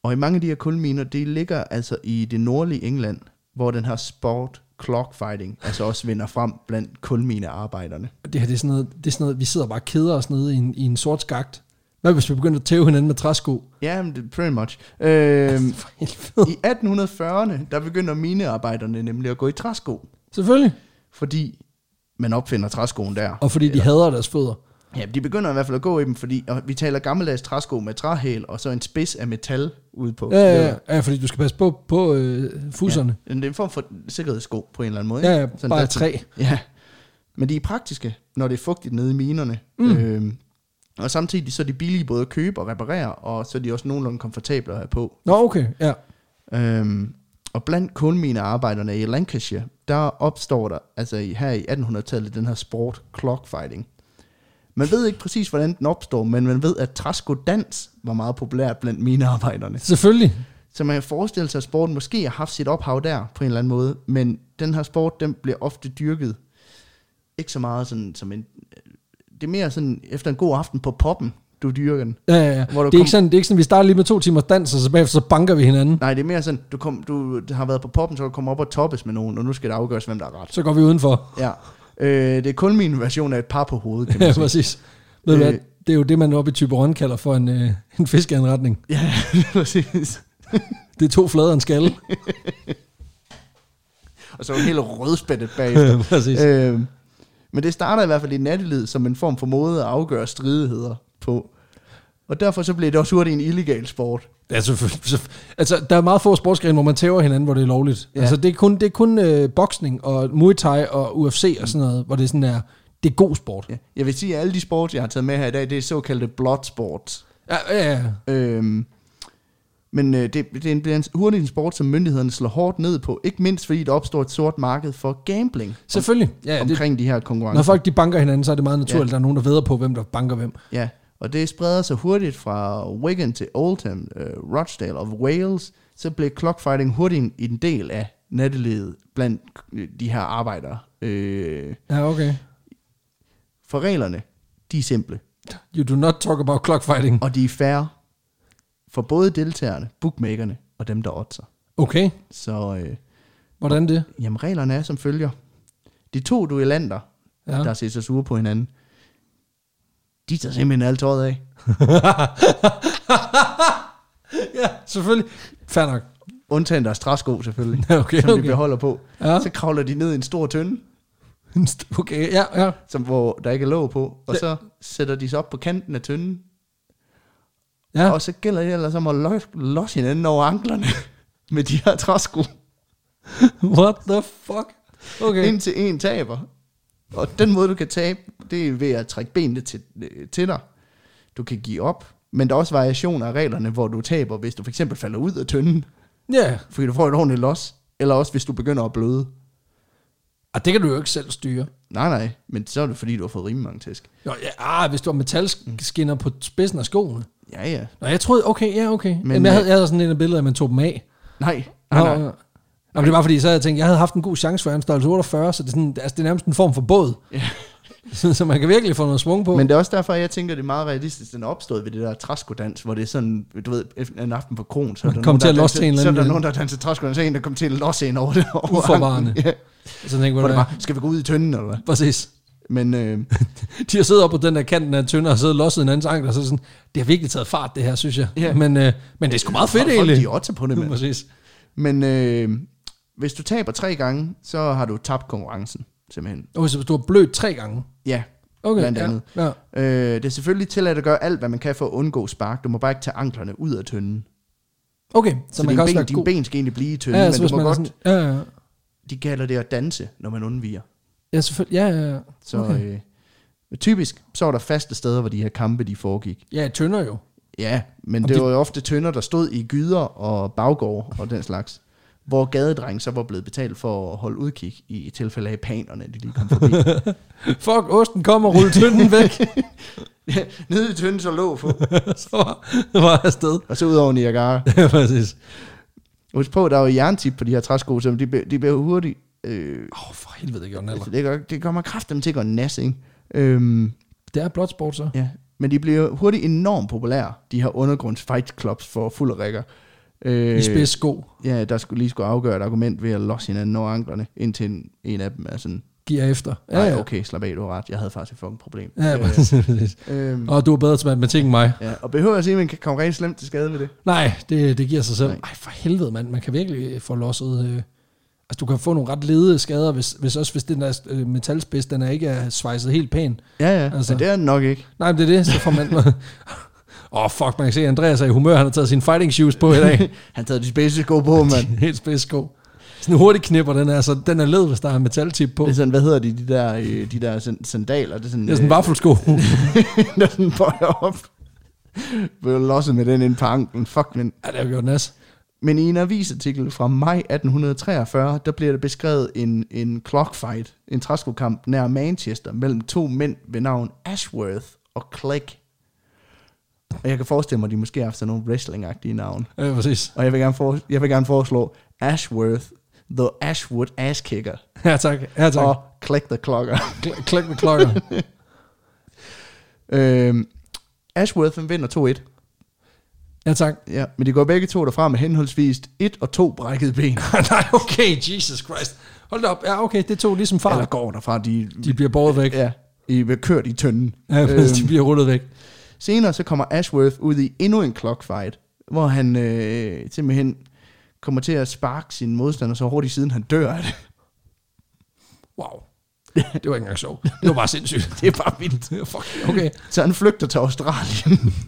Speaker 2: Og i mange af de her kulminer, det ligger altså i det nordlige England, hvor den her sport clockfighting altså også vinder frem blandt kulminearbejderne.
Speaker 1: det her det er, sådan noget, det er sådan noget, vi sidder bare og keder os nede i en, i en sort skagt. Hvad hvis vi begynder at tæve hinanden med træsko?
Speaker 2: Ja, men det pretty much. Øhm,
Speaker 1: For helvede.
Speaker 2: I 1840'erne, der begynder minearbejderne nemlig at gå i træsko,
Speaker 1: Selvfølgelig.
Speaker 2: fordi man opfinder træskoen der.
Speaker 1: Og fordi de hader deres fødder.
Speaker 2: Ja, de begynder i hvert fald at gå i dem, fordi og vi taler gammeldags træsko med træhæl og så en spids af metal ude på.
Speaker 1: Ja, ja, ja. ja fordi du skal passe på, på øh, fuserne.
Speaker 2: Ja, men det er en form for sikkerhedssko på en eller anden måde.
Speaker 1: Ja,
Speaker 2: ikke?
Speaker 1: ja, bare
Speaker 2: der-
Speaker 1: af træ.
Speaker 2: Ja, men de er praktiske, når det er fugtigt nede i minerne. Mm. Øhm, og samtidig så er de billige både at købe og reparere, og så er de også nogenlunde komfortable at have på.
Speaker 1: Nå, okay. Ja.
Speaker 2: Øhm, og blandt kulminearbejderne i Lancashire, der opstår der, altså i- her i 1800-tallet, den her sport clockfighting. Man ved ikke præcis, hvordan den opstår, men man ved, at træskodans var meget populært blandt minearbejderne.
Speaker 1: Selvfølgelig.
Speaker 2: Så man kan forestille sig, at sporten måske har haft sit ophav der på en eller anden måde, men den her sport, den bliver ofte dyrket ikke så meget sådan, som en... Det er mere sådan, efter en god aften på poppen, du dyrker den.
Speaker 1: Ja, ja, ja. Det
Speaker 2: Hvor
Speaker 1: er,
Speaker 2: du
Speaker 1: ikke
Speaker 2: kom-
Speaker 1: sådan, det er ikke sådan, vi starter lige med to timers dans, og så bagefter så banker vi hinanden.
Speaker 2: Nej, det er mere sådan, du, kom, du har været på poppen, så du kommer op og toppes med nogen, og nu skal det afgøres, hvem der er ret.
Speaker 1: Så går vi udenfor.
Speaker 2: Ja. Øh, det er kun min version af et par på hovedet, kan man
Speaker 1: Ja,
Speaker 2: sige.
Speaker 1: præcis. Ved du
Speaker 2: Øh.
Speaker 1: hvad? Det er jo det, man oppe i Tyberon kalder for en, øh, en fiskeanretning.
Speaker 2: Ja, præcis.
Speaker 1: Det er to flader og en skalle.
Speaker 2: Og så er hun helt rødspættet bagefter.
Speaker 1: præcis.
Speaker 2: øh, men det starter i hvert fald i nattelid som en form for måde at afgøre stridigheder på. Og derfor så blev det også hurtigt en illegal sport.
Speaker 1: Altså, f- så- altså, der er meget få sportsgrene, hvor man tæver hinanden, hvor det er lovligt. Ja.
Speaker 2: Ja.
Speaker 1: Altså, det er kun, det er kun øh, boksning og Muay Thai og UFC og sådan noget, hvor det sådan er, det er god sport. Ja,
Speaker 2: Ja. Jeg vil sige, at alle de sports, jeg har taget med her i dag, det er såkaldte blood sports.
Speaker 1: ja, ja. ja.
Speaker 2: Øhm, men øh, det, det er en- bliver en, hurtigt en sport, som myndighederne slår hårdt ned på. Ikke mindst fordi der opstår et sort marked for gambling
Speaker 1: selvfølgelig. Ja, ja, det,
Speaker 2: omkring de her
Speaker 1: når
Speaker 2: konkurrencer.
Speaker 1: folk de banker hinanden, så er det meget naturligt, at
Speaker 2: Ja.
Speaker 1: der er nogen, der veder på, hvem der banker hvem.
Speaker 2: Ja, og det spreder sig hurtigt fra Wigan til Oldham, øh, Rochdale og Wales, så blev clockfighting hurtigt en del af nattelivet blandt øh, de her arbejdere. Øh,
Speaker 1: Ja, okay.
Speaker 2: for reglerne, de er simple,
Speaker 1: You do not talk about clockfighting.
Speaker 2: og de er færre for både deltagerne, bookmakerne og dem, der oddser.
Speaker 1: Okay,
Speaker 2: Så øh,
Speaker 1: hvordan det?
Speaker 2: jamen, reglerne er som følger. De to duellanter,
Speaker 1: Ja.
Speaker 2: ja. der ser sig sure på hinanden, de tager simpelthen alt tøjet af.
Speaker 1: ja, selvfølgelig. Fair nok.
Speaker 2: Undtagen deres træsko selvfølgelig,
Speaker 1: Okay,
Speaker 2: som de
Speaker 1: okay.
Speaker 2: beholder på.
Speaker 1: Ja.
Speaker 2: Så kravler de ned i en stor tønde,
Speaker 1: Okay, ja, ja.
Speaker 2: som, hvor der ikke er låg på, og
Speaker 1: Det-
Speaker 2: så sætter de sig op på kanten af tønden,
Speaker 1: ja.
Speaker 2: og så gælder det ellers om at lo- losse hinanden over anklerne med de her træsko,
Speaker 1: What the fuck? Okay.
Speaker 2: okay. indtil en taber. Og den måde, du kan tabe, det er ved at trække benene til, øh, til dig. Du kan give op, men der er også variationer af reglerne, hvor du taber, hvis du for eksempel falder ud af tønden,
Speaker 1: Ja,
Speaker 2: fordi du får et ordentligt los, eller også hvis du begynder at bløde.
Speaker 1: og Ah, det kan du jo ikke selv styre.
Speaker 2: Nej, nej, men så er det fordi, du har fået rimelig mange tæsk.
Speaker 1: Nå, ja, ah, hvis du har metalskinner på spidsen af skoene.
Speaker 2: Ja, ja.
Speaker 1: Nå, jeg troede, okay, ja, okay. Men,
Speaker 2: Men,
Speaker 1: Jamen, jeg,
Speaker 2: øh,
Speaker 1: havde, jeg havde sådan et af billeder, at man tog dem af.
Speaker 2: Nej,
Speaker 1: Nå,
Speaker 2: nej, nej.
Speaker 1: Nå, Nå, men det var fordi, så havde jeg tænkt, jeg havde haft en god chance for en størrelse 48, så det er, sådan, altså, det er nærmest en form for båd.
Speaker 2: Ja.
Speaker 1: så, så man kan virkelig få noget svung på.
Speaker 2: Men
Speaker 1: Men,
Speaker 2: det er også derfor, jeg tænker, det er meget realistisk, den er opstået ved det der træskodans, hvor det er sådan, du ved, efter en aften på kron, så er der,
Speaker 1: Kom
Speaker 2: nogen,
Speaker 1: til
Speaker 2: der
Speaker 1: at losse til en
Speaker 2: danser,
Speaker 1: eller
Speaker 2: så er der
Speaker 1: anden.
Speaker 2: nogen, der danser træskodans, og en, der kom til at losse en over det. over
Speaker 1: Uforvarende.
Speaker 2: anklen. Ja,
Speaker 1: så tænkte
Speaker 2: hvor
Speaker 1: jeg,
Speaker 2: det
Speaker 1: bare,
Speaker 2: bare, skal vi gå ud i tønden, eller hvad?
Speaker 1: præcis.
Speaker 2: Men øh,
Speaker 1: De har siddet op på den der kanten af en tønder og siddet losset en andens ankel, og så er det sådan, det har virkelig taget fart, det her, synes jeg.
Speaker 2: Ja.
Speaker 1: Men, øh, men det er sgu meget fedt,
Speaker 2: folk,
Speaker 1: egentlig.
Speaker 2: de er otte på det,
Speaker 1: Ja,
Speaker 2: mand.
Speaker 1: præcis.
Speaker 2: Men øh, hvis du taber tre gange, så har du tabt konkurrencen, simpelthen.
Speaker 1: Okay, så du har blødt tre gange.
Speaker 2: Ja,
Speaker 1: Okay,
Speaker 2: Blandt
Speaker 1: ja,
Speaker 2: andet.
Speaker 1: Ja.
Speaker 2: øh, det er selvfølgelig tilladt at gøre alt, hvad man kan for at undgå spark. Du må bare ikke tage anklerne ud af tønden.
Speaker 1: Okay, så,
Speaker 2: Så,
Speaker 1: man
Speaker 2: dine,
Speaker 1: kan også
Speaker 2: ben,
Speaker 1: være
Speaker 2: dine
Speaker 1: god.
Speaker 2: ben skal egentlig blive i tønden,
Speaker 1: ja,
Speaker 2: ja, men
Speaker 1: så
Speaker 2: du
Speaker 1: hvis
Speaker 2: må
Speaker 1: man
Speaker 2: godt,
Speaker 1: godt. Sådan, ja, ja, ja.
Speaker 2: de kalder det at danse, når man undviger.
Speaker 1: ja, selvfølgelig. Ja, ja, ja.
Speaker 2: Så
Speaker 1: Okay.
Speaker 2: okay. øh, typisk, så var der faste steder, hvor de her kampe, de foregik.
Speaker 1: Ja, tønder jo.
Speaker 2: Ja, men
Speaker 1: Og
Speaker 2: det
Speaker 1: de-
Speaker 2: var jo ofte tønder, der stod i gyder og baggård og den slags. Hvor gadedreng så var blevet betalt for at holde udkig i tilfælde af panerne, de lige kom forbi.
Speaker 1: Fuck, osten kommer og rulle tønden væk.
Speaker 2: Ja, Nede i tønden så lå på,
Speaker 1: så var, var jeg afsted.
Speaker 2: og så ud over Niagara.
Speaker 1: Ja, præcis.
Speaker 2: Husk på, der er jo jerntip på de her træsko, så de, blev- de blev hurtigt... Øh,
Speaker 1: Åh, oh, for helvede, det gjorde den
Speaker 2: altså,
Speaker 1: alder.
Speaker 2: det, gør, det kommer kraftigt til at gøre nas, ikke? Øhm,
Speaker 1: Det er blot sport, så.
Speaker 2: Ja, men de bliver hurtigt enormt populære, de her undergrunds fight clubs for fuld rækker. Øh,
Speaker 1: I spids sko.
Speaker 2: Ja, der skulle lige skulle afgøre et argument ved at losse hinanden over anklerne, indtil en, en af dem er sådan,
Speaker 1: Giver efter. Ja,
Speaker 2: nej,
Speaker 1: ja.
Speaker 2: okay, slap af, du har ret, jeg havde faktisk et fucking problem. Øh,
Speaker 1: Ja, præcis. præcis.
Speaker 2: øhm,
Speaker 1: Og du er bedre til matematik end mig.
Speaker 2: ja, og behøver jeg sige, at man kan komme rent slemt til skade med det?
Speaker 1: Nej, det, det giver sig selv.
Speaker 2: Nej.
Speaker 1: Nej, for helvede, mand. Man kan virkelig få losset... Øh, altså, du kan få nogle ret ledede skader, hvis, hvis også hvis den der øh, metalspids, den er ikke er svejset helt pæn.
Speaker 2: Ja, ja,
Speaker 1: Altså.
Speaker 2: altså. men det er den nok ikke.
Speaker 1: Nej, men det er det, så får man... Åh, oh, fuck, man kan se, at Andreas er i humør. Han har taget sine fighting shoes på i dag.
Speaker 2: Han tager de spidse sko på, mand.
Speaker 1: Helt spidsko. Sådan en hurtig knipper, den er, så den er led, hvis der er metaltip på.
Speaker 2: Det er
Speaker 1: Det
Speaker 2: sådan, hvad hedder de, de der, øh, de der san- sandaler? Det er sådan,
Speaker 1: er sådan en vaffelsko.
Speaker 2: øh, der er sådan bøjer op. Blev losset med den ind på anklen. Fuck, men
Speaker 1: ja, det har gjort nas.
Speaker 2: Men i en avisartikel fra maj 1843, der bliver der beskrevet en, en clockfight, en træskokamp nær Manchester, mellem to mænd ved navn Ashworth og Clegg. Og jeg kan forestille mig, at de måske har haft sådan nogle wrestling-agtige navne.
Speaker 1: Ja, præcis.
Speaker 2: Og jeg vil gerne, for, jeg vil gerne foreslå Ashworth, The Ashwood Ass Kicker
Speaker 1: Ja, tak. Ja, tak.
Speaker 2: og
Speaker 1: Og
Speaker 2: Click the Clocker.
Speaker 1: klik med klokker.
Speaker 2: øhm, Ashworth han vinder 2-1.
Speaker 1: Ja, tak.
Speaker 2: Ja, men de går begge to derfra med henholdsvis et og to brækkede ben.
Speaker 1: Nej, okay, Jesus Christ. Hold da op. Ja, okay, det tog ligesom far.
Speaker 2: Eller går derfra, de,
Speaker 1: De bliver båret væk.
Speaker 2: ja, de bliver kørt i tønden.
Speaker 1: Ja, øhm. de bliver rullet væk.
Speaker 2: Senere så kommer Ashworth ud i endnu en clockfight, hvor han øh, simpelthen kommer til at sparke sin modstander så hurtigt siden han dør. af det.
Speaker 1: Wow. Det var ikke engang sjovt. Det var bare sindssygt.
Speaker 2: Det er bare vildt.
Speaker 1: Fuck, okay.
Speaker 2: Så han flygter til Australien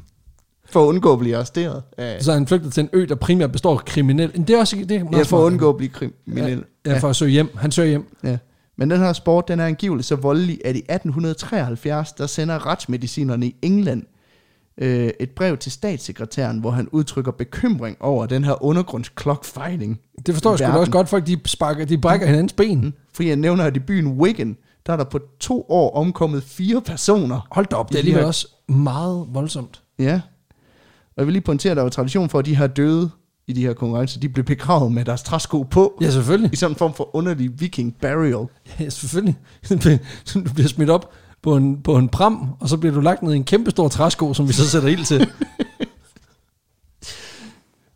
Speaker 2: for at undgå at blive arresteret. Af,
Speaker 1: Så han flygtede til en ø, der primært består af kriminelle. Men Det er også... Det er
Speaker 2: ja,
Speaker 1: meget
Speaker 2: for at
Speaker 1: smart.
Speaker 2: undgå at blive kriminel.
Speaker 1: Ja, ja, for at søge hjem. Han søger hjem.
Speaker 2: Ja. Men den her sport, den er angiveligt så voldelig, at i 1873, der sender retsmedicinerne i England øh, et brev til statssekretæren, hvor han udtrykker bekymring over den her undergrunds clockfighting.
Speaker 1: Det forstår jeg sgu da
Speaker 2: Verden. Mm.
Speaker 1: også godt. Folk, de, sparker, de brækker hinandens ben.
Speaker 2: Fordi jeg nævner, at i byen Wigan, der er der på to år omkommet fire personer.
Speaker 1: Hold da op, det er
Speaker 2: I de her-
Speaker 1: alligevel også meget voldsomt.
Speaker 2: Ja. Og jeg vil lige pointere, at der var tradition for, at de her døde i de her konkurrencer, de blev begravet med deres træsko på.
Speaker 1: Ja, selvfølgelig.
Speaker 2: I sådan en form for underlig viking burial.
Speaker 1: Ja, selvfølgelig. Så du bliver smidt op på en, på en pram, og så bliver du lagt ned i en kæmpe stor træsko, som vi så sætter ild til.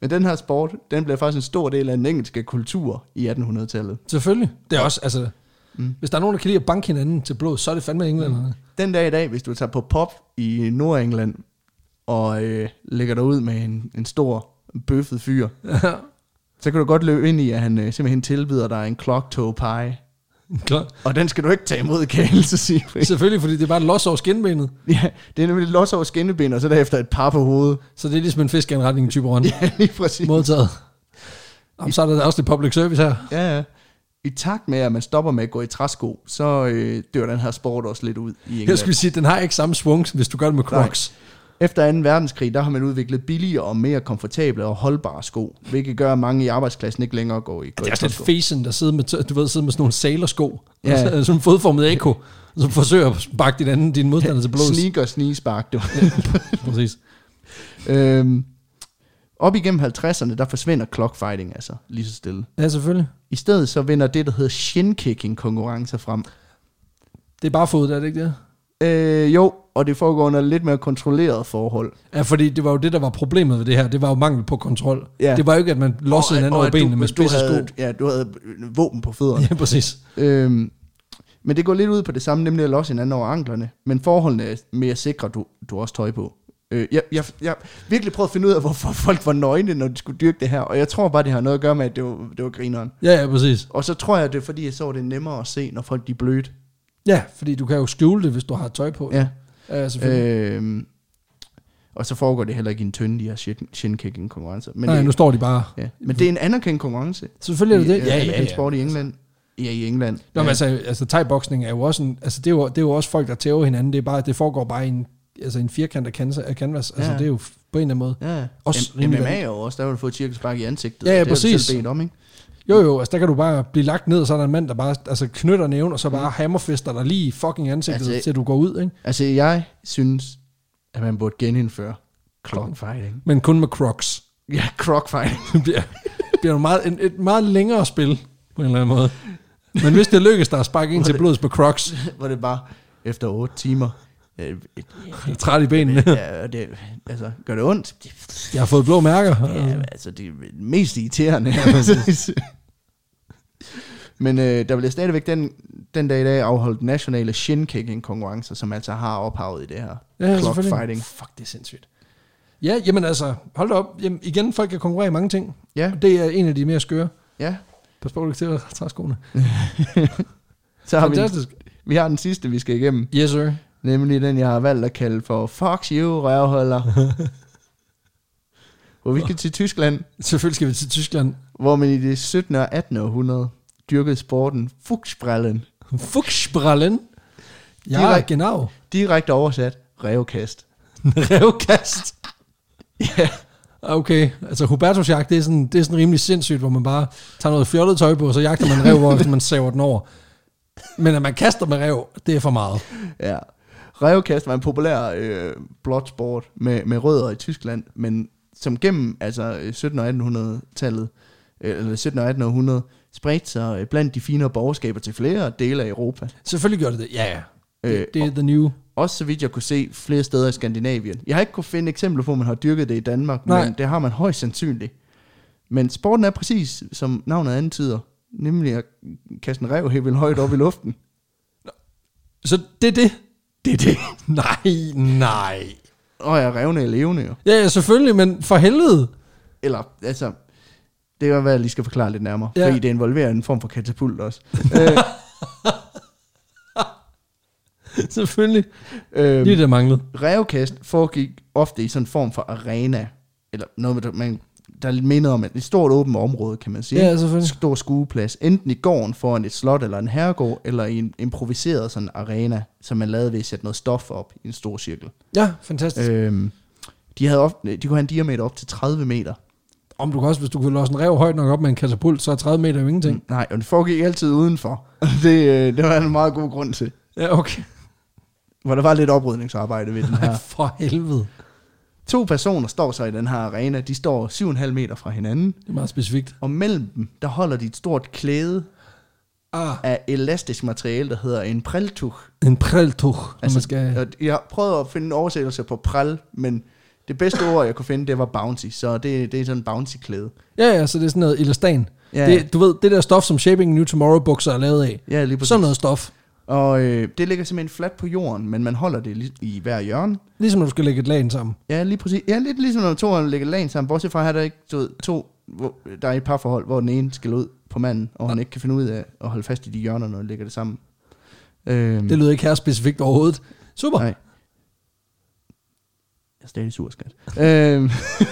Speaker 2: Men den her sport, den blev faktisk en stor del af den engelske kultur i 1800-tallet.
Speaker 1: Selvfølgelig. Det er også, altså... Mm. Hvis der er nogen, der kan lide at banke hinanden til blod, så er det fandme englænderne.
Speaker 2: Den dag i dag, hvis du tager på pop i Nordengland og øh, lægger dig ud med en, en stor bøffet fyr, så kan du godt løbe ind i, at han øh, simpelthen tilbyder dig en clock toe pie.
Speaker 1: Klar.
Speaker 2: Og den skal du ikke tage imod, kan jeg hilse at sige.
Speaker 1: Selvfølgelig, fordi det er bare et los over skinbenet.
Speaker 2: Ja, det er nemlig et los over skinneben, og så derefter et par på hovedet.
Speaker 1: Så det er ligesom en fiskeanretning i Typeron.
Speaker 2: Ja, lige præcis.
Speaker 1: Modtaget. Jamen, så er der også lidt public service her.
Speaker 2: Ja, ja. I takt med, at man stopper med at gå i træsko, så øh, dør den her sport også lidt ud i
Speaker 1: Jeg
Speaker 2: England.
Speaker 1: skulle sige, den har ikke samme swung, hvis du gør det med crocs.
Speaker 2: Efter 2. verdenskrig, der har man udviklet billigere og mere komfortable og holdbare sko, hvilket gør, at mange i arbejdsklassen ikke længere går i
Speaker 1: Det
Speaker 2: går
Speaker 1: er
Speaker 2: i
Speaker 1: også lidt
Speaker 2: træsko.
Speaker 1: fæsent at sidde med, tø- du ved, sidde med sådan nogle sailorsko,
Speaker 2: Ja.
Speaker 1: ja. sådan en fodformet eko, som forsøger at bakke din, anden, din modstander til blods.
Speaker 2: Sneak og snigespark, du.
Speaker 1: Præcis.
Speaker 2: øhm, op igennem 50'erne, der forsvinder clockfighting altså, lige så stille.
Speaker 1: Ja, selvfølgelig.
Speaker 2: I stedet så vinder det, der hedder shin-kicking konkurrencer frem.
Speaker 1: Det er bare fod, er det ikke det?
Speaker 2: Øh, jo, og det foregår under lidt mere kontrolleret forhold.
Speaker 1: Ja, fordi det var jo det, der var problemet ved det her. Det var jo mangel på kontrol.
Speaker 2: Ja.
Speaker 1: Ja. Det var jo ikke, at man lossede hinanden
Speaker 2: Og- og
Speaker 1: over
Speaker 2: at du-
Speaker 1: benene med
Speaker 2: men du
Speaker 1: spidse sko.
Speaker 2: havde- Ja, du havde øh, våben på fødderne.
Speaker 1: Ja, præcis.
Speaker 2: Øhm, men det går lidt ud på det samme, nemlig at losse hinanden over anklerne. Men forholdene er mere sikre, du, du også tøj på. Øh, jeg, jeg, jeg virkelig prøvet at finde ud af, hvorfor folk var nøgne, når de skulle dyrke det her. Og jeg tror bare, det har noget at gøre med, at det var, det var grineren.
Speaker 1: Ja, ja, præcis.
Speaker 2: Og så tror jeg, det er fordi, jeg så det er nemmere at se, når folk de er blødt.
Speaker 1: Ja, fordi du kan jo skjule det, hvis du har tøj på.
Speaker 2: Ja.
Speaker 1: ja selvfølgelig. Øh,
Speaker 2: Øhm, og så foregår det heller ikke i en tynde, de her shin- shin-kicking konkurrencer. Men,
Speaker 1: Nej, nu
Speaker 2: det,
Speaker 1: står de bare.
Speaker 2: ja. men det er en anerkendt konkurrence.
Speaker 1: Selvfølgelig er det det.
Speaker 2: I, ja, ja, ja. sport i England. Ja, i England.
Speaker 1: Nå, men
Speaker 2: ja.
Speaker 1: altså, altså thai-boksning er jo også en, altså det er jo, det er jo også folk, der tæver hinanden. Det, er bare, det foregår bare i en, altså en firkant af canvas. af canvas. Altså
Speaker 2: Ja.
Speaker 1: ja. det er jo f- på en eller anden måde.
Speaker 2: Ja,
Speaker 1: Også
Speaker 2: også M-
Speaker 1: rimelig
Speaker 2: MMA er jo også, der har du fået et cirkelspark i ansigtet.
Speaker 1: Ja, ja,
Speaker 2: og det har du
Speaker 1: præcis.
Speaker 2: selv bedt om, ikke?
Speaker 1: Jo jo, altså der kan du bare blive lagt ned, og så er der en mand, der bare altså, knytter næven, og så bare hammerfester dig lige i fucking ansigtet,
Speaker 2: Mm. Altså-
Speaker 1: altså, til du går ud, ikke?
Speaker 2: Altså, jeg synes, at man burde genindføre clockfighting.
Speaker 1: Men kun med crocs.
Speaker 2: Ja, crockfighting.
Speaker 1: Det bliver, bliver jo meget, en, et meget længere spil, på en eller anden måde. Men hvis det lykkes dig at sparke en til blods med crocs,
Speaker 2: Hvor det bare efter 8 timer. Øh, et,
Speaker 1: træt i benene.
Speaker 2: ja, og det, altså, gør det ondt? Det,
Speaker 1: Jeg har fået blå mærker.
Speaker 2: ja, altså, det er mest irriterende. Men øh, der bliver stadigvæk den, den dag i dag afholdt nationale shin-kicking konkurrencer, som altså har ophavet i det her
Speaker 1: Ja, selvfølgelig.
Speaker 2: clockfighting.
Speaker 1: Fuck, det er sindssygt. Ja, jamen altså, hold da op. Jamen, igen, folk kan konkurrere i mange ting.
Speaker 2: Ja,
Speaker 1: Og det er en af de mere skøre.
Speaker 2: ja.
Speaker 1: Pas på, du ikke til at tage skoene.
Speaker 2: Så har vi,
Speaker 1: Fantastisk.
Speaker 2: vi har den sidste, vi skal igennem.
Speaker 1: Yes, sir.
Speaker 2: Nemlig den, jeg har valgt at kalde for Fox You, røvholder. hvor vi skal til Tyskland,
Speaker 1: Selvfølgelig skal vi til Tyskland.
Speaker 2: hvor man i det 17. og 18. århundrede dyrkede sporten Fuchsbrallen.
Speaker 1: Fuchsbrallen. Ja,
Speaker 2: Direkt-
Speaker 1: genau.
Speaker 2: Direkte oversat, revkast.
Speaker 1: Revkast. Ja. Okay, altså Hubertos jagt, det er, sådan, det er sådan rimelig sindssygt, hvor man bare tager noget fjollet tøj på, og så jagter man rev, hvor man saver den over. Men at man kaster med rev, det er for meget.
Speaker 2: Ja. Revkast var en populær øh, blot sport med, med rødder i Tyskland, men som gennem altså øh, 1700- og 1800-tallet, øh, eller 1700- og 1800, spredte sig øh, blandt de finere borgerskaber til flere dele af Europa.
Speaker 1: Selvfølgelig gør det det. Ja, ja.
Speaker 2: Øh,
Speaker 1: Det, det er the new.
Speaker 2: Også så vidt jeg kunne se flere steder i Skandinavien. Jeg har ikke kunne finde eksempler på, at man har dyrket det i Danmark,
Speaker 1: Nej.
Speaker 2: Nej. men det har man højst sandsynligt. Men sporten er præcis, som navnet antyder, nemlig at kaste en rev helt vildt højt op i luften.
Speaker 1: Så det er det.
Speaker 2: Det er det.
Speaker 1: Nej, nej.
Speaker 2: Og jeg revne er levende jo.
Speaker 1: Ja, ja, selvfølgelig, men for helvede.
Speaker 2: Eller, altså, det er hvad jeg lige skal forklare lidt nærmere,
Speaker 1: Ja.
Speaker 2: ja. fordi det involverer en form for katapult også. øh,
Speaker 1: selvfølgelig.
Speaker 2: øh,
Speaker 1: Lige det, der manglede.
Speaker 2: Revkast foregik ofte i sådan en form for arena, eller noget, der- man, der er lidt mindre om, et stort åbent område, kan man sige.
Speaker 1: Ja, selvfølgelig.
Speaker 2: Stor skueplads, enten i gården foran et slot eller en herregård, eller i en improviseret sådan arena, som man lavede ved at sætte noget stof op i en stor cirkel.
Speaker 1: Ja, fantastisk. Øh.
Speaker 2: Øhm, de, havde ofte, de kunne have en diameter op til 30 meter.
Speaker 1: Om du kan også, hvis du kan låse en rev højt nok op med en katapult, så er 30 meter jo ingenting. Mm.
Speaker 2: Nej, og det foregik altid udenfor. det, øh, det var en meget god grund til.
Speaker 1: Ja, okay.
Speaker 2: Hvor der var lidt oprydningsarbejde ved den
Speaker 1: Nej,
Speaker 2: her.
Speaker 1: for helvede.
Speaker 2: To personer står så i den her arena. De står 7,5 meter fra hinanden.
Speaker 1: Det er meget specifikt.
Speaker 2: Og mellem dem, der holder de et stort klæde
Speaker 1: Ah,
Speaker 2: af elastisk materiale, der hedder en præltug.
Speaker 1: en præltug, altså, man skal...
Speaker 2: og Jeg prøvede at finde en oversættelse på præl, men det bedste ord, jeg kunne finde, det var bouncy. Så det, det er sådan en bouncy-klæde.
Speaker 1: Ja, ja, så det er sådan noget elastan. Ja.
Speaker 2: Ja.
Speaker 1: Det, du ved, det der stof, som Shaping New Tomorrow bukser er lavet af.
Speaker 2: Ja, lige præcis.
Speaker 1: Sådan noget stof.
Speaker 2: Og øh, det ligger simpelthen fladt på jorden, men man holder det li- i hver hjørne.
Speaker 1: Ligesom når du skal lægge et lag sammen.
Speaker 2: Ja, lige præcis. Ja, lidt ligesom når to ligger lagen sammen. Bortset fra, her er der ikke du ved, to, hvor, der er et parforhold, hvor den ene skal ud på manden, og han ikke kan finde ud af at holde fast i de hjørner, når de ligger det sammen. Øhm,
Speaker 1: Det lyder ikke her specifikt overhovedet. Super.
Speaker 2: Nej. Jeg er stadig sur, skat. øhm.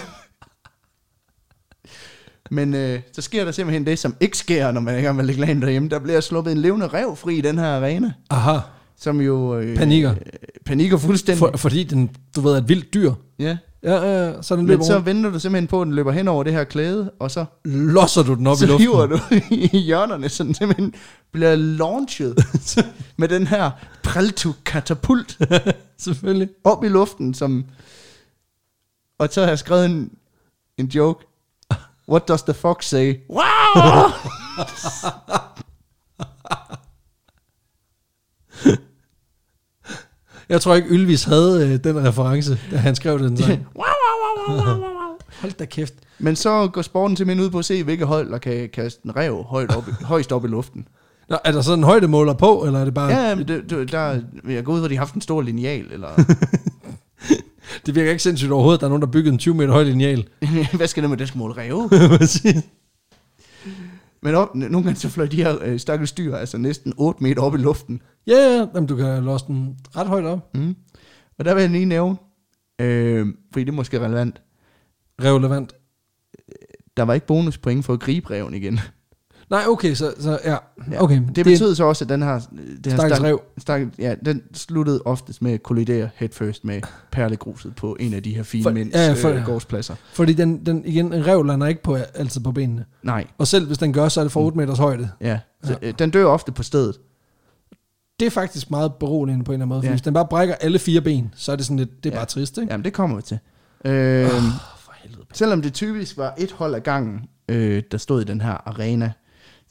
Speaker 2: Men øh, så sker der simpelthen det, som ikke sker, når man er i gang med at lægge lagen derhjemme. Der bliver sluppet en levende rev fri i den her arena,
Speaker 1: Aha.
Speaker 2: som jo... Øh,
Speaker 1: Panikker.
Speaker 2: Øh, panikker fuldstændig.
Speaker 1: For, fordi den, du ved, er et vildt dyr.
Speaker 2: ja.
Speaker 1: Ja, ja, ja, så den løber
Speaker 2: Men så
Speaker 1: så,
Speaker 2: venter du simpelthen på, at den løber hen over det her klæde, og så,
Speaker 1: losser du den op
Speaker 2: så
Speaker 1: i luften.
Speaker 2: hiver du i hjørnerne, så den simpelthen bliver launchet med den her praltu-katapult.
Speaker 1: Selvfølgelig.
Speaker 2: op i luften, som... Og så har jeg skrevet en, en joke. What does the fox say? Wow!
Speaker 1: Jeg tror ikke, Ylvis havde øh, den reference, da han skrev den sang.
Speaker 2: wow, wow, wow, wow, wow, wow.
Speaker 1: Hold da kæft.
Speaker 2: Men så går sporten simpelthen ud på at se, hvilke hold, der kan kaste en rev højt op, i- højst op i luften.
Speaker 1: Nå, er der sådan en højdemåler på, eller er det bare...
Speaker 2: Ja, men det, det, der, jeg går ud, hvor de har haft en stor lineal, eller
Speaker 1: Det virker ikke sindssygt overhovedet, der er nogen, der byggede en 20 meter høj lineal.
Speaker 2: hvad skal det med, det skal måle ræve?
Speaker 1: Præcis.
Speaker 2: Men op, nogle gange så fløj de her øh, stakkels dyr, altså næsten 8 meter op i luften.
Speaker 1: Ja, ja, jamen, du kan losse den ret højt op.
Speaker 2: Mm. Og der vil jeg lige nævne, øh, fordi det er måske relevant,
Speaker 1: Relevant.
Speaker 2: der var ikke bonuspoint for at gribe reven igen.
Speaker 1: Nej, okay, så, så ja.
Speaker 2: Ja,
Speaker 1: Okay,
Speaker 2: Det betød så også, at den her, den her
Speaker 1: Stakkels rev.
Speaker 2: stak, ja, den sluttede oftest med at kollidere headfirst med perlegruset på en af de her fine
Speaker 1: For-
Speaker 2: for, mænds
Speaker 1: ja,
Speaker 2: ja,
Speaker 1: for-
Speaker 2: for, øh, gårdspladser.
Speaker 1: Fordi den, den igen, en rev lander ikke på, altid på benene.
Speaker 2: Nej,
Speaker 1: Og selv hvis den gør, så er det
Speaker 2: Mm.
Speaker 1: fra 8 meters højde.
Speaker 2: ja. Så, øh, den dør ofte på stedet.
Speaker 1: Det er faktisk meget beroligende på en eller anden måde. Ja.
Speaker 2: Ja.
Speaker 1: Hvis den bare brækker alle fire ben, så er det sådan lidt, det er ja.
Speaker 2: Ja.
Speaker 1: bare trist, ikke?
Speaker 2: Jamen, det kommer vi til. Øh,
Speaker 1: Åh, for helvede.
Speaker 2: selvom det typisk var et hold ad gangen, øh, der stod i den her arena,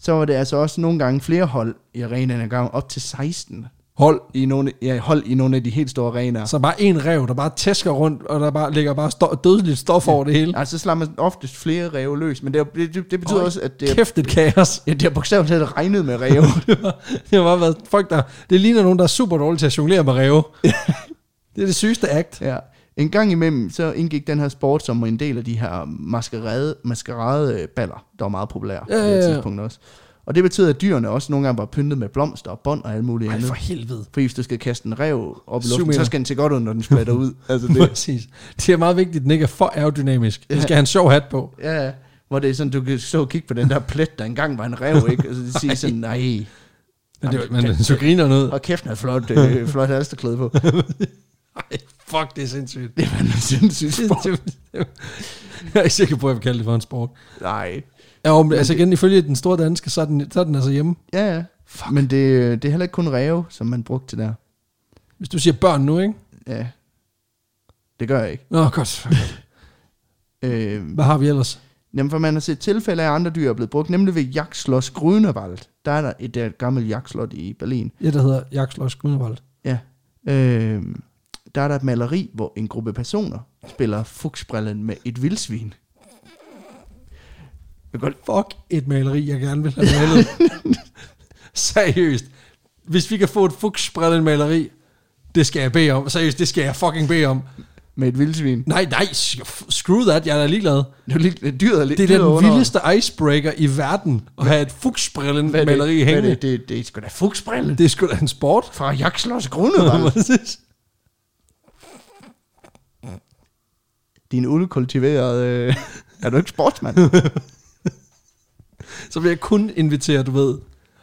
Speaker 2: så var det altså også nogle gange flere hold i arenaen ad gangen, op til 16
Speaker 1: Hold.
Speaker 2: i nogle, ja, hold i nogle af de helt store arenaer.
Speaker 1: Så bare en rev, der bare tæsker rundt, og der bare ligger bare sto- dødeligt stof over det hele.
Speaker 2: Altså, så slår man oftest flere ræve løs, men det, er- det, det, det betyder
Speaker 1: Øj,
Speaker 2: også, at det, er-
Speaker 1: Kæft et kaos.
Speaker 2: ja, det har bogstaveligt talt regnet med ræve.
Speaker 1: det, var, det har bare været folk, der... Det ligner nogen, der er super dårlige til at jonglere med ræve. det er det sygeste akt.
Speaker 2: Ja. En gang imellem, så indgik den her sport som en del af de her maskerade, maskeradeballer, der var meget populære
Speaker 1: Ja,
Speaker 2: på det her
Speaker 1: ja, ja.
Speaker 2: tidspunkt også. Og det betød, at dyrene også nogle gange var pyntet med blomster og bånd og alt muligt
Speaker 1: Ej,
Speaker 2: andet.
Speaker 1: for helvede.
Speaker 2: Fordi hvis du skal kaste en rev op i
Speaker 1: Syv
Speaker 2: luften,
Speaker 1: meter.
Speaker 2: så skal den se godt ud, når den splatter ud. Altså
Speaker 1: Det.
Speaker 2: det,
Speaker 1: Præcis. Det er meget vigtigt, at den ikke er for aerodynamisk. Den
Speaker 2: Ja.
Speaker 1: skal have en sjov hat på.
Speaker 2: ja, ja. hvor det er sådan, du kan stå og kigge på den der plet, der engang var en rev, ikke? Og så sige sådan, nej,
Speaker 1: Men, det,
Speaker 2: Jamen,
Speaker 1: men
Speaker 2: den-
Speaker 1: så griner den ud.
Speaker 2: og kæft, den er flot, øh, flot halsterklæde på.
Speaker 1: Ej, fuck, det er sindssygt.
Speaker 2: Det var en sindssyg
Speaker 1: Det-
Speaker 2: sport.
Speaker 1: det- det- Jeg er ikke sikker på, at jeg vil kalde det for en sport.
Speaker 2: Nej.
Speaker 1: Ja, og, altså igen, ifølge den store danske, så er den, så er den altså hjemme.
Speaker 2: Ja, ja. Men det, det er heller ikke kun ræve, som man brugte til der.
Speaker 1: Hvis du siger børn nu, ikke?
Speaker 2: Ja. Det gør jeg ikke.
Speaker 1: Nå, godt.
Speaker 2: Øh,
Speaker 1: Hvad har vi ellers?
Speaker 2: jamen, for man har set tilfælde af, at andre dyr er blevet brugt, nemlig ved Jagdschloss Grünewald. Der er der et, der er et gammelt jagtslot i Berlin.
Speaker 1: Ja, der hedder Jagdsløs Grunewald.
Speaker 2: Ja. Øh, der er der et maleri, hvor en gruppe personer spiller fuksbrillen med et vildsvin. Jeg kan godt
Speaker 1: Fuck et maleri, jeg gerne vil have malet. Seriøst. Hvis vi kan få et fuchsbrillet maleri, det skal jeg bede om. Seriøst, det skal jeg fucking bede om.
Speaker 2: med et vildsvin.
Speaker 1: Nej, nej, s- screw that, jeg er da ligeglad.
Speaker 2: Det er jo lidt dyret er lidt
Speaker 1: Det er
Speaker 2: dyret
Speaker 1: den
Speaker 2: under.
Speaker 1: vildeste icebreaker i verden, at have et fuchsbrillet
Speaker 2: Hvad er det?
Speaker 1: maleri
Speaker 2: Hvad er
Speaker 1: hængende.
Speaker 2: Det, det, det er sgu da fuksbrille.
Speaker 1: Det er sgu da en sport.
Speaker 2: Fra Jagdschloss Grunewald. Din ukultiverede... Øh, er du ikke sportsmand?
Speaker 1: Så vil jeg kun invitere, du ved...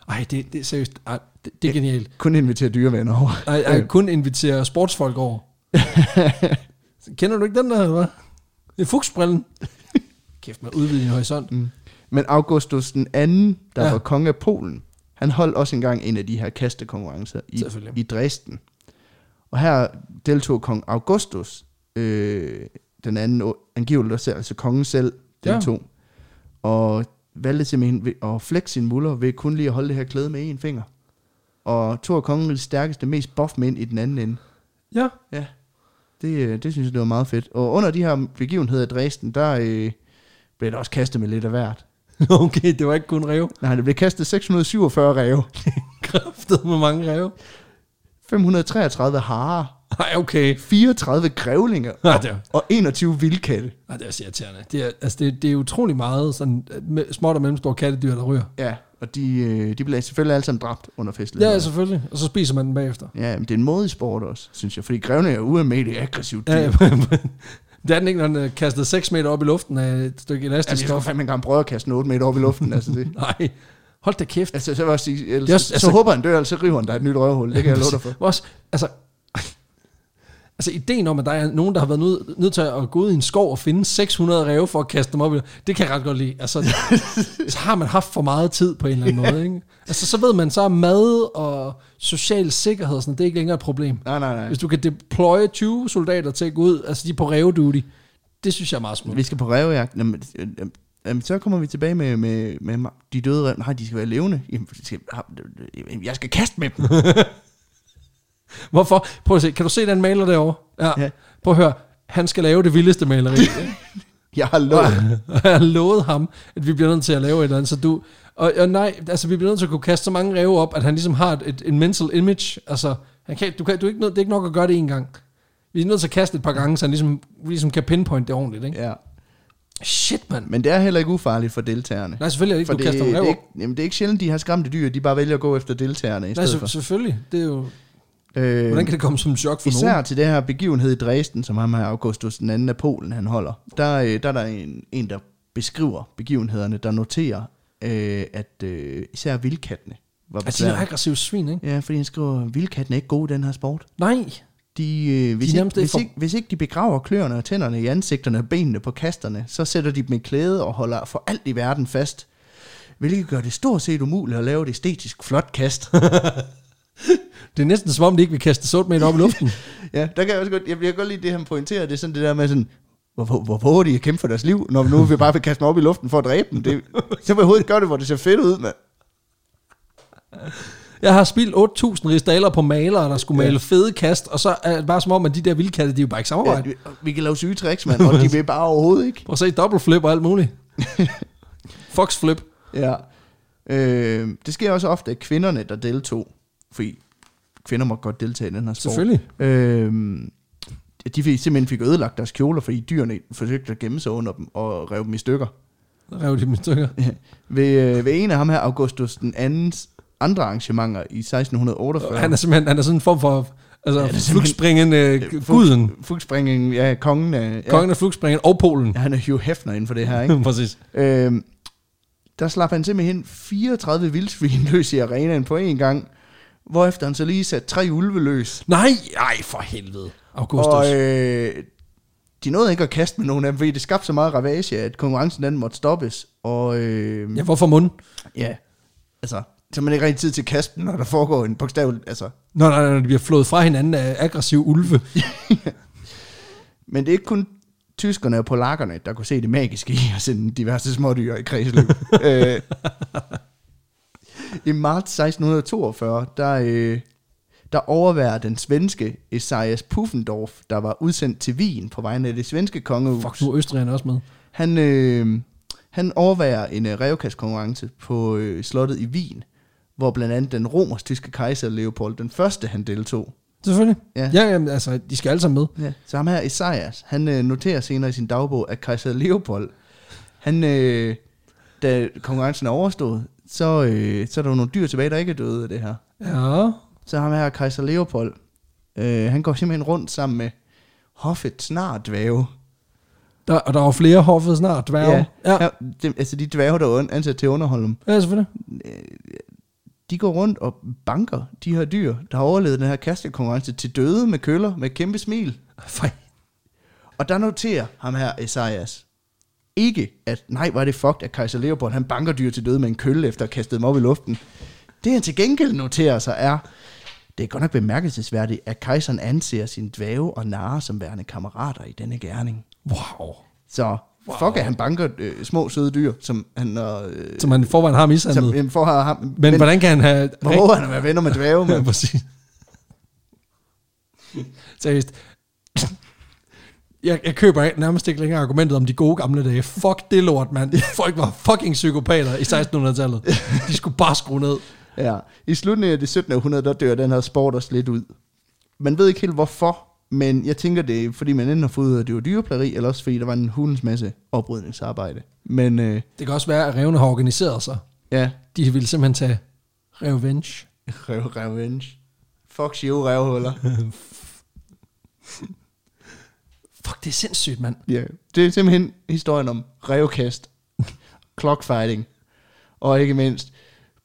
Speaker 1: Ej, det, det er seriøst. Ej, det, det er genialt.
Speaker 2: Kun inviterer dyrevenner over.
Speaker 1: Ej, jeg kan kun invitere sportsfolk over. Kender du ikke den der, eller hvad? Det er fugsbrillen. Kæft med udvidende horisont. Mm.
Speaker 2: Men Augustus den anden, der
Speaker 1: Ja.
Speaker 2: ja. var konge af Polen, han holdt også engang en af de her kastekonkurrencer i,
Speaker 1: Selvfølgelig.
Speaker 2: i Dresden. Og her deltog kong Augustus, øh, den anden o- angiveligt også, altså kongen selv,
Speaker 1: Ja.
Speaker 2: deltog. Ja. Og valgte simpelthen ved at flække sin muller ved kun lige at holde det her klæde med en finger. Og to af kongens stærkeste, mest buff mænd i den anden ende.
Speaker 1: Ja.
Speaker 2: Ja, det, øh, det synes jeg, det var meget fedt. Og under de her begivenheder i Dresden, der øh, blev der også kastet med lidt af hvert.
Speaker 1: Okay, det var ikke kun ræve.
Speaker 2: Nej, det blev kastet 647 ræve,
Speaker 1: Kræftet med mange ræve.
Speaker 2: 533 harer,
Speaker 1: Ej, okay.
Speaker 2: 34 grævlinger
Speaker 1: Ej, det er,
Speaker 2: og 21 vildkatte.
Speaker 1: ej, Ah, det er også irriterende. Det er, altså, det, det er utrolig meget sådan, øh, med- småt og mellemstore kattedyr, der ryger.
Speaker 2: Ja, og de, øh, de blev selvfølgelig alle sammen dræbt under
Speaker 1: Ja, altså-
Speaker 2: festlighederne.
Speaker 1: selvfølgelig. Og så spiser man den bagefter.
Speaker 2: Ja, men det er en modig sport også, synes jeg, fordi grævlinger er ualmindeligt aggressivt dyr.
Speaker 1: Ja,
Speaker 2: Ja,
Speaker 1: ja.
Speaker 2: ja.
Speaker 1: det er den ikke, når den er kastet 6 meter op i luften af et stykke
Speaker 2: Altså,
Speaker 1: elastisk stof.
Speaker 2: jeg skulle fandme engang prøve at kaste den 8 meter op i luften, altså det.
Speaker 1: Nej, hold da kæft.
Speaker 2: Altså, så, vil jeg også sige, ellers,
Speaker 1: Det er også-
Speaker 2: så,
Speaker 1: altså-
Speaker 2: så håber han dør, eller så river han dig et nyt røvhul, det kan jeg love dig for.
Speaker 1: Også, altså, altså ideen om, at der er nogen, der har været nødt nød til at gå ud i en skov og finde 600 ræve for at kaste dem op, i- det kan jeg ret godt lide. Altså, så har man haft for meget tid på en eller anden måde. Ikke? Altså, så ved man så, at mad og social sikkerhed, og sådan, det er ikke længere et problem.
Speaker 2: Nej, nej, nej.
Speaker 1: Hvis du kan deploye 20 soldater til at gå ud, altså de er på ræveduty, det synes jeg er meget smukt.
Speaker 2: Vi skal på rævejagt. Jamen, øh, øh, jamen, så kommer vi tilbage med, med, med ma- de døde ræv. Nej, de skal være levende. Jamen, de skal, øh, jamen, jeg skal kaste med dem.
Speaker 1: Hvorfor? Prøv at se, kan du se den maler derovre? Ja. ja.
Speaker 2: Ja.
Speaker 1: Prøv at høre, han skal lave det vildeste maleri.
Speaker 2: Jeg har lovet.
Speaker 1: Og jeg har lovet ham, at vi bliver nødt til at lave et eller andet, så du... Og, og nej, altså vi bliver nødt til at kunne kaste så mange ræve op, at han ligesom har et, et, en mental image. Altså, han kan, du kan, du er ikke nød, det er ikke nok at gøre det en gang. Vi er nødt til at kaste et par gange, så han ligesom, ligesom kan pinpoint det ordentligt, ikke?
Speaker 2: Ja.
Speaker 1: Shit, mand.
Speaker 2: Men det er heller ikke ufarligt for deltagerne.
Speaker 1: Nej, selvfølgelig er det ikke,
Speaker 2: for
Speaker 1: for du
Speaker 2: det,
Speaker 1: kaster
Speaker 2: det,
Speaker 1: en
Speaker 2: er
Speaker 1: ræve op.
Speaker 2: ikke, jamen, det er ikke sjældent, de har skræmte dyr. De bare vælger at gå efter deltagerne
Speaker 1: Nej,
Speaker 2: i stedet
Speaker 1: så,
Speaker 2: for.
Speaker 1: selvfølgelig. Det er jo,
Speaker 2: Øh,
Speaker 1: hvordan kan det komme som en chok for
Speaker 2: Især
Speaker 1: nogen?
Speaker 2: til det her begivenhed i Dresden, som ham her Augustus den anden af Polen, han holder, der, øh, der er der en, en, der beskriver begivenhederne, der noterer, øh, at øh, især vildkattene var
Speaker 1: Altså, de er
Speaker 2: besværlige.
Speaker 1: aggressive svin, ikke?
Speaker 2: Ja, fordi han skriver, vildkattene er ikke gode i den her sport.
Speaker 1: Nej.
Speaker 2: De, øh, hvis,
Speaker 1: De er
Speaker 2: de
Speaker 1: nærmest
Speaker 2: ikke, hvis,
Speaker 1: for-
Speaker 2: ikke, hvis ikke de begraver kløerne og tænderne i ansigterne og benene på kasterne, så sætter de dem i klæde og holder for alt i verden fast. Hvilket gør det stort set umuligt at lave et æstetisk flot kast.
Speaker 1: Det er næsten som om, de ikke vil kaste sort med op i luften.
Speaker 2: ja, der kan jeg også godt, jeg, jeg kan godt lide det, han pointerer, det er sådan det der med sådan, hvor, hvor, hvor våger de at kæmpe for deres liv, når nu vi bare vil kaste dem op i luften for at dræbe dem. Det, så vil jeg hovedet gøre det, hvor det ser fedt ud, mand.
Speaker 1: Jeg har spildt 8.000 ristaler på malere, der skulle male fede kast, og så er det bare som om, at de der vildkatte, de er jo bare ikke
Speaker 2: Ja,
Speaker 1: samarbejde.
Speaker 2: vi, vi kan lave syge tricks, mand, og de vil bare overhovedet ikke.
Speaker 1: Prøv at se double flip og alt muligt. Fox flip.
Speaker 2: Ja. Øh, det sker også ofte, at kvinderne, der deltog, fordi kvinder må godt deltage i den her sport.
Speaker 1: Selvfølgelig.
Speaker 2: Øh, de fik, simpelhen fik ødelagt deres kjoler, fordi dyrene forsøgte at gemme sig under dem og rev dem i stykker.
Speaker 1: Der rev de mine stykker.
Speaker 2: Ved, øh, ved en af ham her, Augustus den andens andre arrangementer i 1648.
Speaker 1: Han er simpelthen han er sådan en form for altså,
Speaker 2: Ja, det er
Speaker 1: ja,
Speaker 2: simpelthen-
Speaker 1: flugspringende
Speaker 2: Fugt-
Speaker 1: guden.
Speaker 2: Fugtspringning, ja, kongen af... Ja,
Speaker 1: Kongen af flugspringen og Polen.
Speaker 2: Ja, han er Hugh Hefner inden for det her, ikke?
Speaker 1: Ja, Præcis.
Speaker 2: Øhm, der slap han simpelthen 34 vildsvin løs i arenaen på én gang, hvorefter han så lige satte tre ulve løs.
Speaker 1: Nej, ej for helvede. Augustus.
Speaker 2: Og øh, de nåede ikke at kaste med nogen af dem, fordi det skabte så meget ravage, at konkurrencen den måtte stoppes. Og øh,
Speaker 1: ja, hvorfor mund?
Speaker 2: ja, altså, så man ikke rigtig tid til kasten, når der foregår en bogstav. Altså.
Speaker 1: Når, når, når de bliver flået fra hinanden af aggressive ulve.
Speaker 2: Men det er ikke kun tyskerne og polakkerne, der kunne se det magiske i at sende diverse smådyr i kredsløb. øh, I marts 1642, der, øh, der overværer den svenske Esaias Puffendorf, der var udsendt til Wien på vegne af det svenske kongehus.
Speaker 1: Fuck, nu er Østrigerne også med.
Speaker 2: Han, øh, han overværer en øh, revkastkonkurrence på øh, slottet i Wien, hvor blandt andet den romersk-tyske kejser Leopold den første han deltog.
Speaker 1: Selvfølgelig.
Speaker 2: Ja.
Speaker 1: Ja, ja jamen, altså, de skal alle sammen med.
Speaker 2: Ja. Så ham her, Esajas, han øh, noterer senere i sin dagbog, at kejser Leopold, han, øh, da konkurrencen er overstået, så, øh, så er der jo nogle dyr tilbage, der ikke er døde af det her.
Speaker 1: Ja.
Speaker 2: Så ham her, kejser Leopold, øh, han går simpelthen rundt sammen med hoffet snart dvæve.
Speaker 1: Der, og der er jo flere hoffet snart, dværge. Ja. ja.
Speaker 2: ja det, altså de dværge, der er un- ansat til at underholde dem,
Speaker 1: Ja, selvfølgelig.
Speaker 2: de går rundt og banker de her dyr, der har overlevet den her kastekonkurrence til døde med køller med et kæmpe smil.
Speaker 1: Fej.
Speaker 2: Og der noterer ham her Esajas ikke, at nej, var det fucked, at kejser Leopold han banker dyr til døde med en kølle efter at have kastet dem op i luften. Det han til gengæld noterer sig er, det er godt nok bemærkelsesværdigt, at kejseren anser sin dvæve og narre som værende kammerater i denne gerning.
Speaker 1: Wow.
Speaker 2: Så fuck, wow. at han banker øh, små søde dyr, som han har... Øh,
Speaker 1: Som man i forvejen har mishandlet.
Speaker 2: som,
Speaker 1: Men,
Speaker 2: øh, for at have ham, men,
Speaker 1: men
Speaker 2: men
Speaker 1: hvordan kan han have...
Speaker 2: hvor må han at være venner med dvæve?
Speaker 1: Ja,
Speaker 2: Men,
Speaker 1: præcis. Seriøst. Jeg, jeg køber ikke- nærmest ikke længere argumentet om de gode gamle dage. Fuck det lort, mand. Folk var fucking psykopater i 1600-tallet. De skulle bare skrue ned.
Speaker 2: ja. I slutningen af det 17. århundrede, der dør den her sport også lidt ud. Man ved ikke helt hvorfor, men jeg tænker, det er, fordi man enten har fået ud af, at det var dyreplageri, eller også fordi der var en hulens masse oprydningsarbejde. Men øh,
Speaker 1: Det kan også være, at revne har organiseret sig.
Speaker 2: ja,
Speaker 1: De ville simpelthen tage revenge.
Speaker 2: rev, revenge. Fuck you, revhuller.
Speaker 1: Fuck, det er sindssygt, mand.
Speaker 2: ja, det er simpelthen historien om revkast, clockfighting, og ikke mindst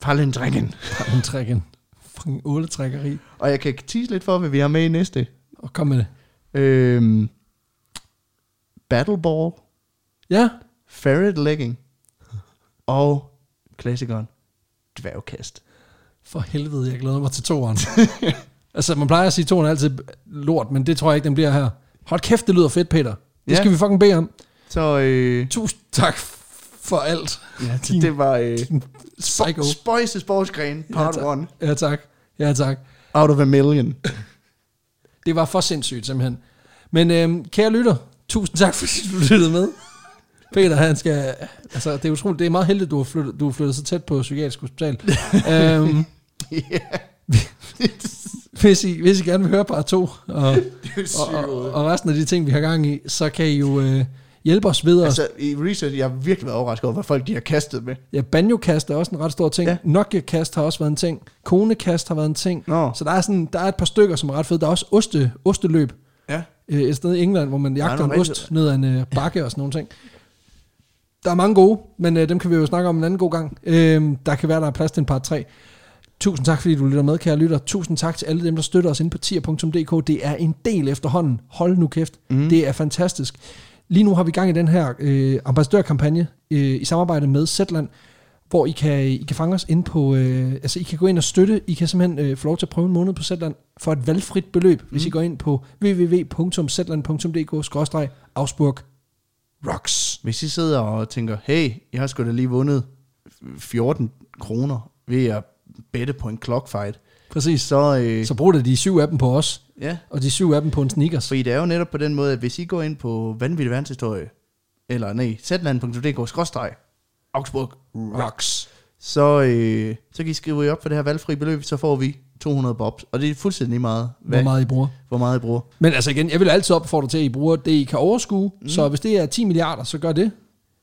Speaker 2: palindringen.
Speaker 1: Palmtrækken. Fucking åletrækkeri.
Speaker 2: Og jeg kan tease lidt for, hvad vi har med i næste.
Speaker 1: Og kom med det.
Speaker 2: Øhm, Battleball,
Speaker 1: Ja,
Speaker 2: Ferret Legging og klassikeren Dværgkast.
Speaker 1: for helvede, jeg glæder mig til toeren. altså, man plejer at sige, at toeren er altid lort, men det tror jeg ikke, den bliver her. Hold kæft, det lyder fedt, Peter. Det
Speaker 2: Ja.
Speaker 1: skal vi fucking bede om.
Speaker 2: Så øh,
Speaker 1: Tusind tak for alt.
Speaker 2: ja,
Speaker 1: din-
Speaker 2: det var øh,
Speaker 1: Psycho.
Speaker 2: Spøjse Sportsgren
Speaker 1: Ja,
Speaker 2: Part
Speaker 1: tak.
Speaker 2: 1
Speaker 1: Ja, tak. Ja, tak.
Speaker 2: Out of a Million.
Speaker 1: Det var for sindssygt, simpelthen. Men øhm, kære lytter, tusind tak, fordi du lyttede med. Peter, han skal... Altså, det er utroligt. Det er meget heldigt, at du har flyttet, du har flyttet så tæt på psykiatrisk hospital. øhm,
Speaker 2: yeah.
Speaker 1: hvis, I, hvis I gerne vil høre part 2, og,
Speaker 2: Det er
Speaker 1: og, og,
Speaker 2: sygt.
Speaker 1: og resten af de ting, vi har gang i, så kan I jo øh, hjælpe os ved at
Speaker 2: Altså, i research, jeg har virkelig været overrasket over, hvad folk de har kastet med.
Speaker 1: Ja, banjokast er også en ret stor ting.
Speaker 2: Ja.
Speaker 1: Ja. Nokia-kast har også været en ting. Konekast har været en ting.
Speaker 2: Nå.
Speaker 1: Så der er, sådan, der er et par stykker, som er ret fede. Der er også oste, osteløb
Speaker 2: Ja.
Speaker 1: øh, et sted i England, hvor man jagter
Speaker 2: nogle
Speaker 1: en ost
Speaker 2: rigtig-
Speaker 1: ned ad en øh, bakke og sådan nogle ting. Der er mange gode, men øh, dem kan vi jo snakke om en anden god gang. Øh, der kan være, der er plads til en par tre. Tusind tak, fordi du lytter med, kære lytter. Tusind tak til alle dem, der støtter os inde på tier.dk. Det er en del efterhånden. Hold nu kæft.
Speaker 2: Mhm.
Speaker 1: Mm. Det er fantastisk. Lige nu har vi gang i den her øh, ambassadørkampagne øh, i samarbejde med Zetland, hvor I kan, I kan fange os ind på... Øh, altså, I kan gå ind og støtte. I kan simpelthen øh, få lov til at prøve en måned på Zetland for et valgfrit beløb, mm. hvis I går ind på www.zetland.dk-afsburg rocks.
Speaker 2: Hvis I sidder og tænker, hey, jeg har sgu da lige vundet 14 kroner ved at bette på en clockfight,
Speaker 1: Præcis.
Speaker 2: så, øh,
Speaker 1: Så brug da de syv af dem på os,
Speaker 2: ja,
Speaker 1: og de syv af dem på en sneakers.
Speaker 2: Fordi det er jo netop på den måde, at hvis I går ind på vanvittig verdenshistorie, eller nej, zland.dk-augsburg,
Speaker 1: Rocks.
Speaker 2: så, øh, så kan I skrive jer op for det her valgfri beløb, så får vi 200 bobs. Og det er fuldstændig lige meget,
Speaker 1: Hvor meget I bruger.
Speaker 2: hvor meget I bruger.
Speaker 1: Men altså igen, jeg vil altid opfordre til, at I bruger det, I kan overskue. Mm. Så hvis det er 10 milliarder, så gør det.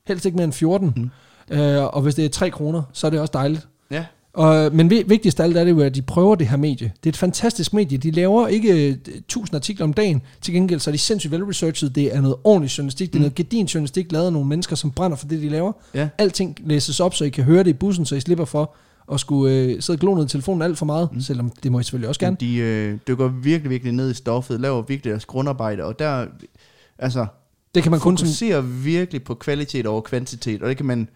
Speaker 1: Helst ikke mere end 14. Mm. Øh, og hvis det er 3 kroner, så er det også dejligt.
Speaker 2: Ja.
Speaker 1: Og, men vi- vigtigst af alt er det jo, at de prøver det her medie. Det er et fantastisk medie. De laver ikke øh, tusind artikler om dagen. Til gengæld så er de sindssygt velresearchet. Det er noget ordentligt journalistik. Det
Speaker 2: Mm.
Speaker 1: er noget gedin journalistik, lavet af nogle mennesker, som brænder for det, de laver.
Speaker 2: Ja.
Speaker 1: Alting læses op, så I kan høre det i bussen, så I slipper for at skulle øh, sidde og glo ned i telefonen alt for meget. Mm. Selvom det må I selvfølgelig også gerne.
Speaker 2: De øh, dykker virkelig, virkelig ned i stoffet, laver virkelig deres grundarbejde, og der altså,
Speaker 1: Det kan man kun som
Speaker 2: fokuserer virkelig på kvalitet over kvantitet, og det kan man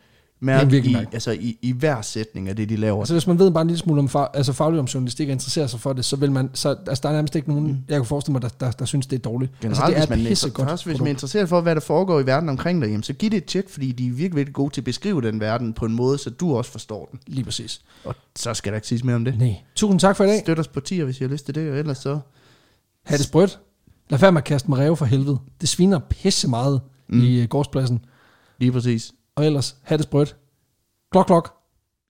Speaker 2: mærke
Speaker 1: virkelig
Speaker 2: i,
Speaker 1: mærke.
Speaker 2: altså, i, i hver sætning af det, de laver.
Speaker 1: Altså hvis man ved bare en lille smule om fa- altså faglig om journalistik og interesserer sig for det, så vil man, så, altså der er nærmest ikke nogen, mm. jeg kunne forestille mig, der, der, der synes, det er dårligt.
Speaker 2: Generelt,
Speaker 1: altså,
Speaker 2: altså,
Speaker 1: det er
Speaker 2: hvis, man,
Speaker 1: pissegodt
Speaker 2: også, hvis man er
Speaker 1: produkt.
Speaker 2: interesseret for, hvad der foregår i verden omkring dig, jamen, så giv det et tjek, fordi de er virkelig, virkelig gode til at beskrive den verden på en måde, så du også forstår den.
Speaker 1: Lige præcis.
Speaker 2: Og så skal der ikke siges mere om det.
Speaker 1: Nej. Tusind tak for i dag.
Speaker 2: Støt os på 10, hvis I har lyst til det, og ellers så...
Speaker 1: Ha' det sprødt. Lad være med at kaste med ræve for helvede. Det sviner pisse meget mm. i øh, gårdspladsen.
Speaker 2: Lige præcis.
Speaker 1: Og ellers, ha' det sprødt. Klok, klok.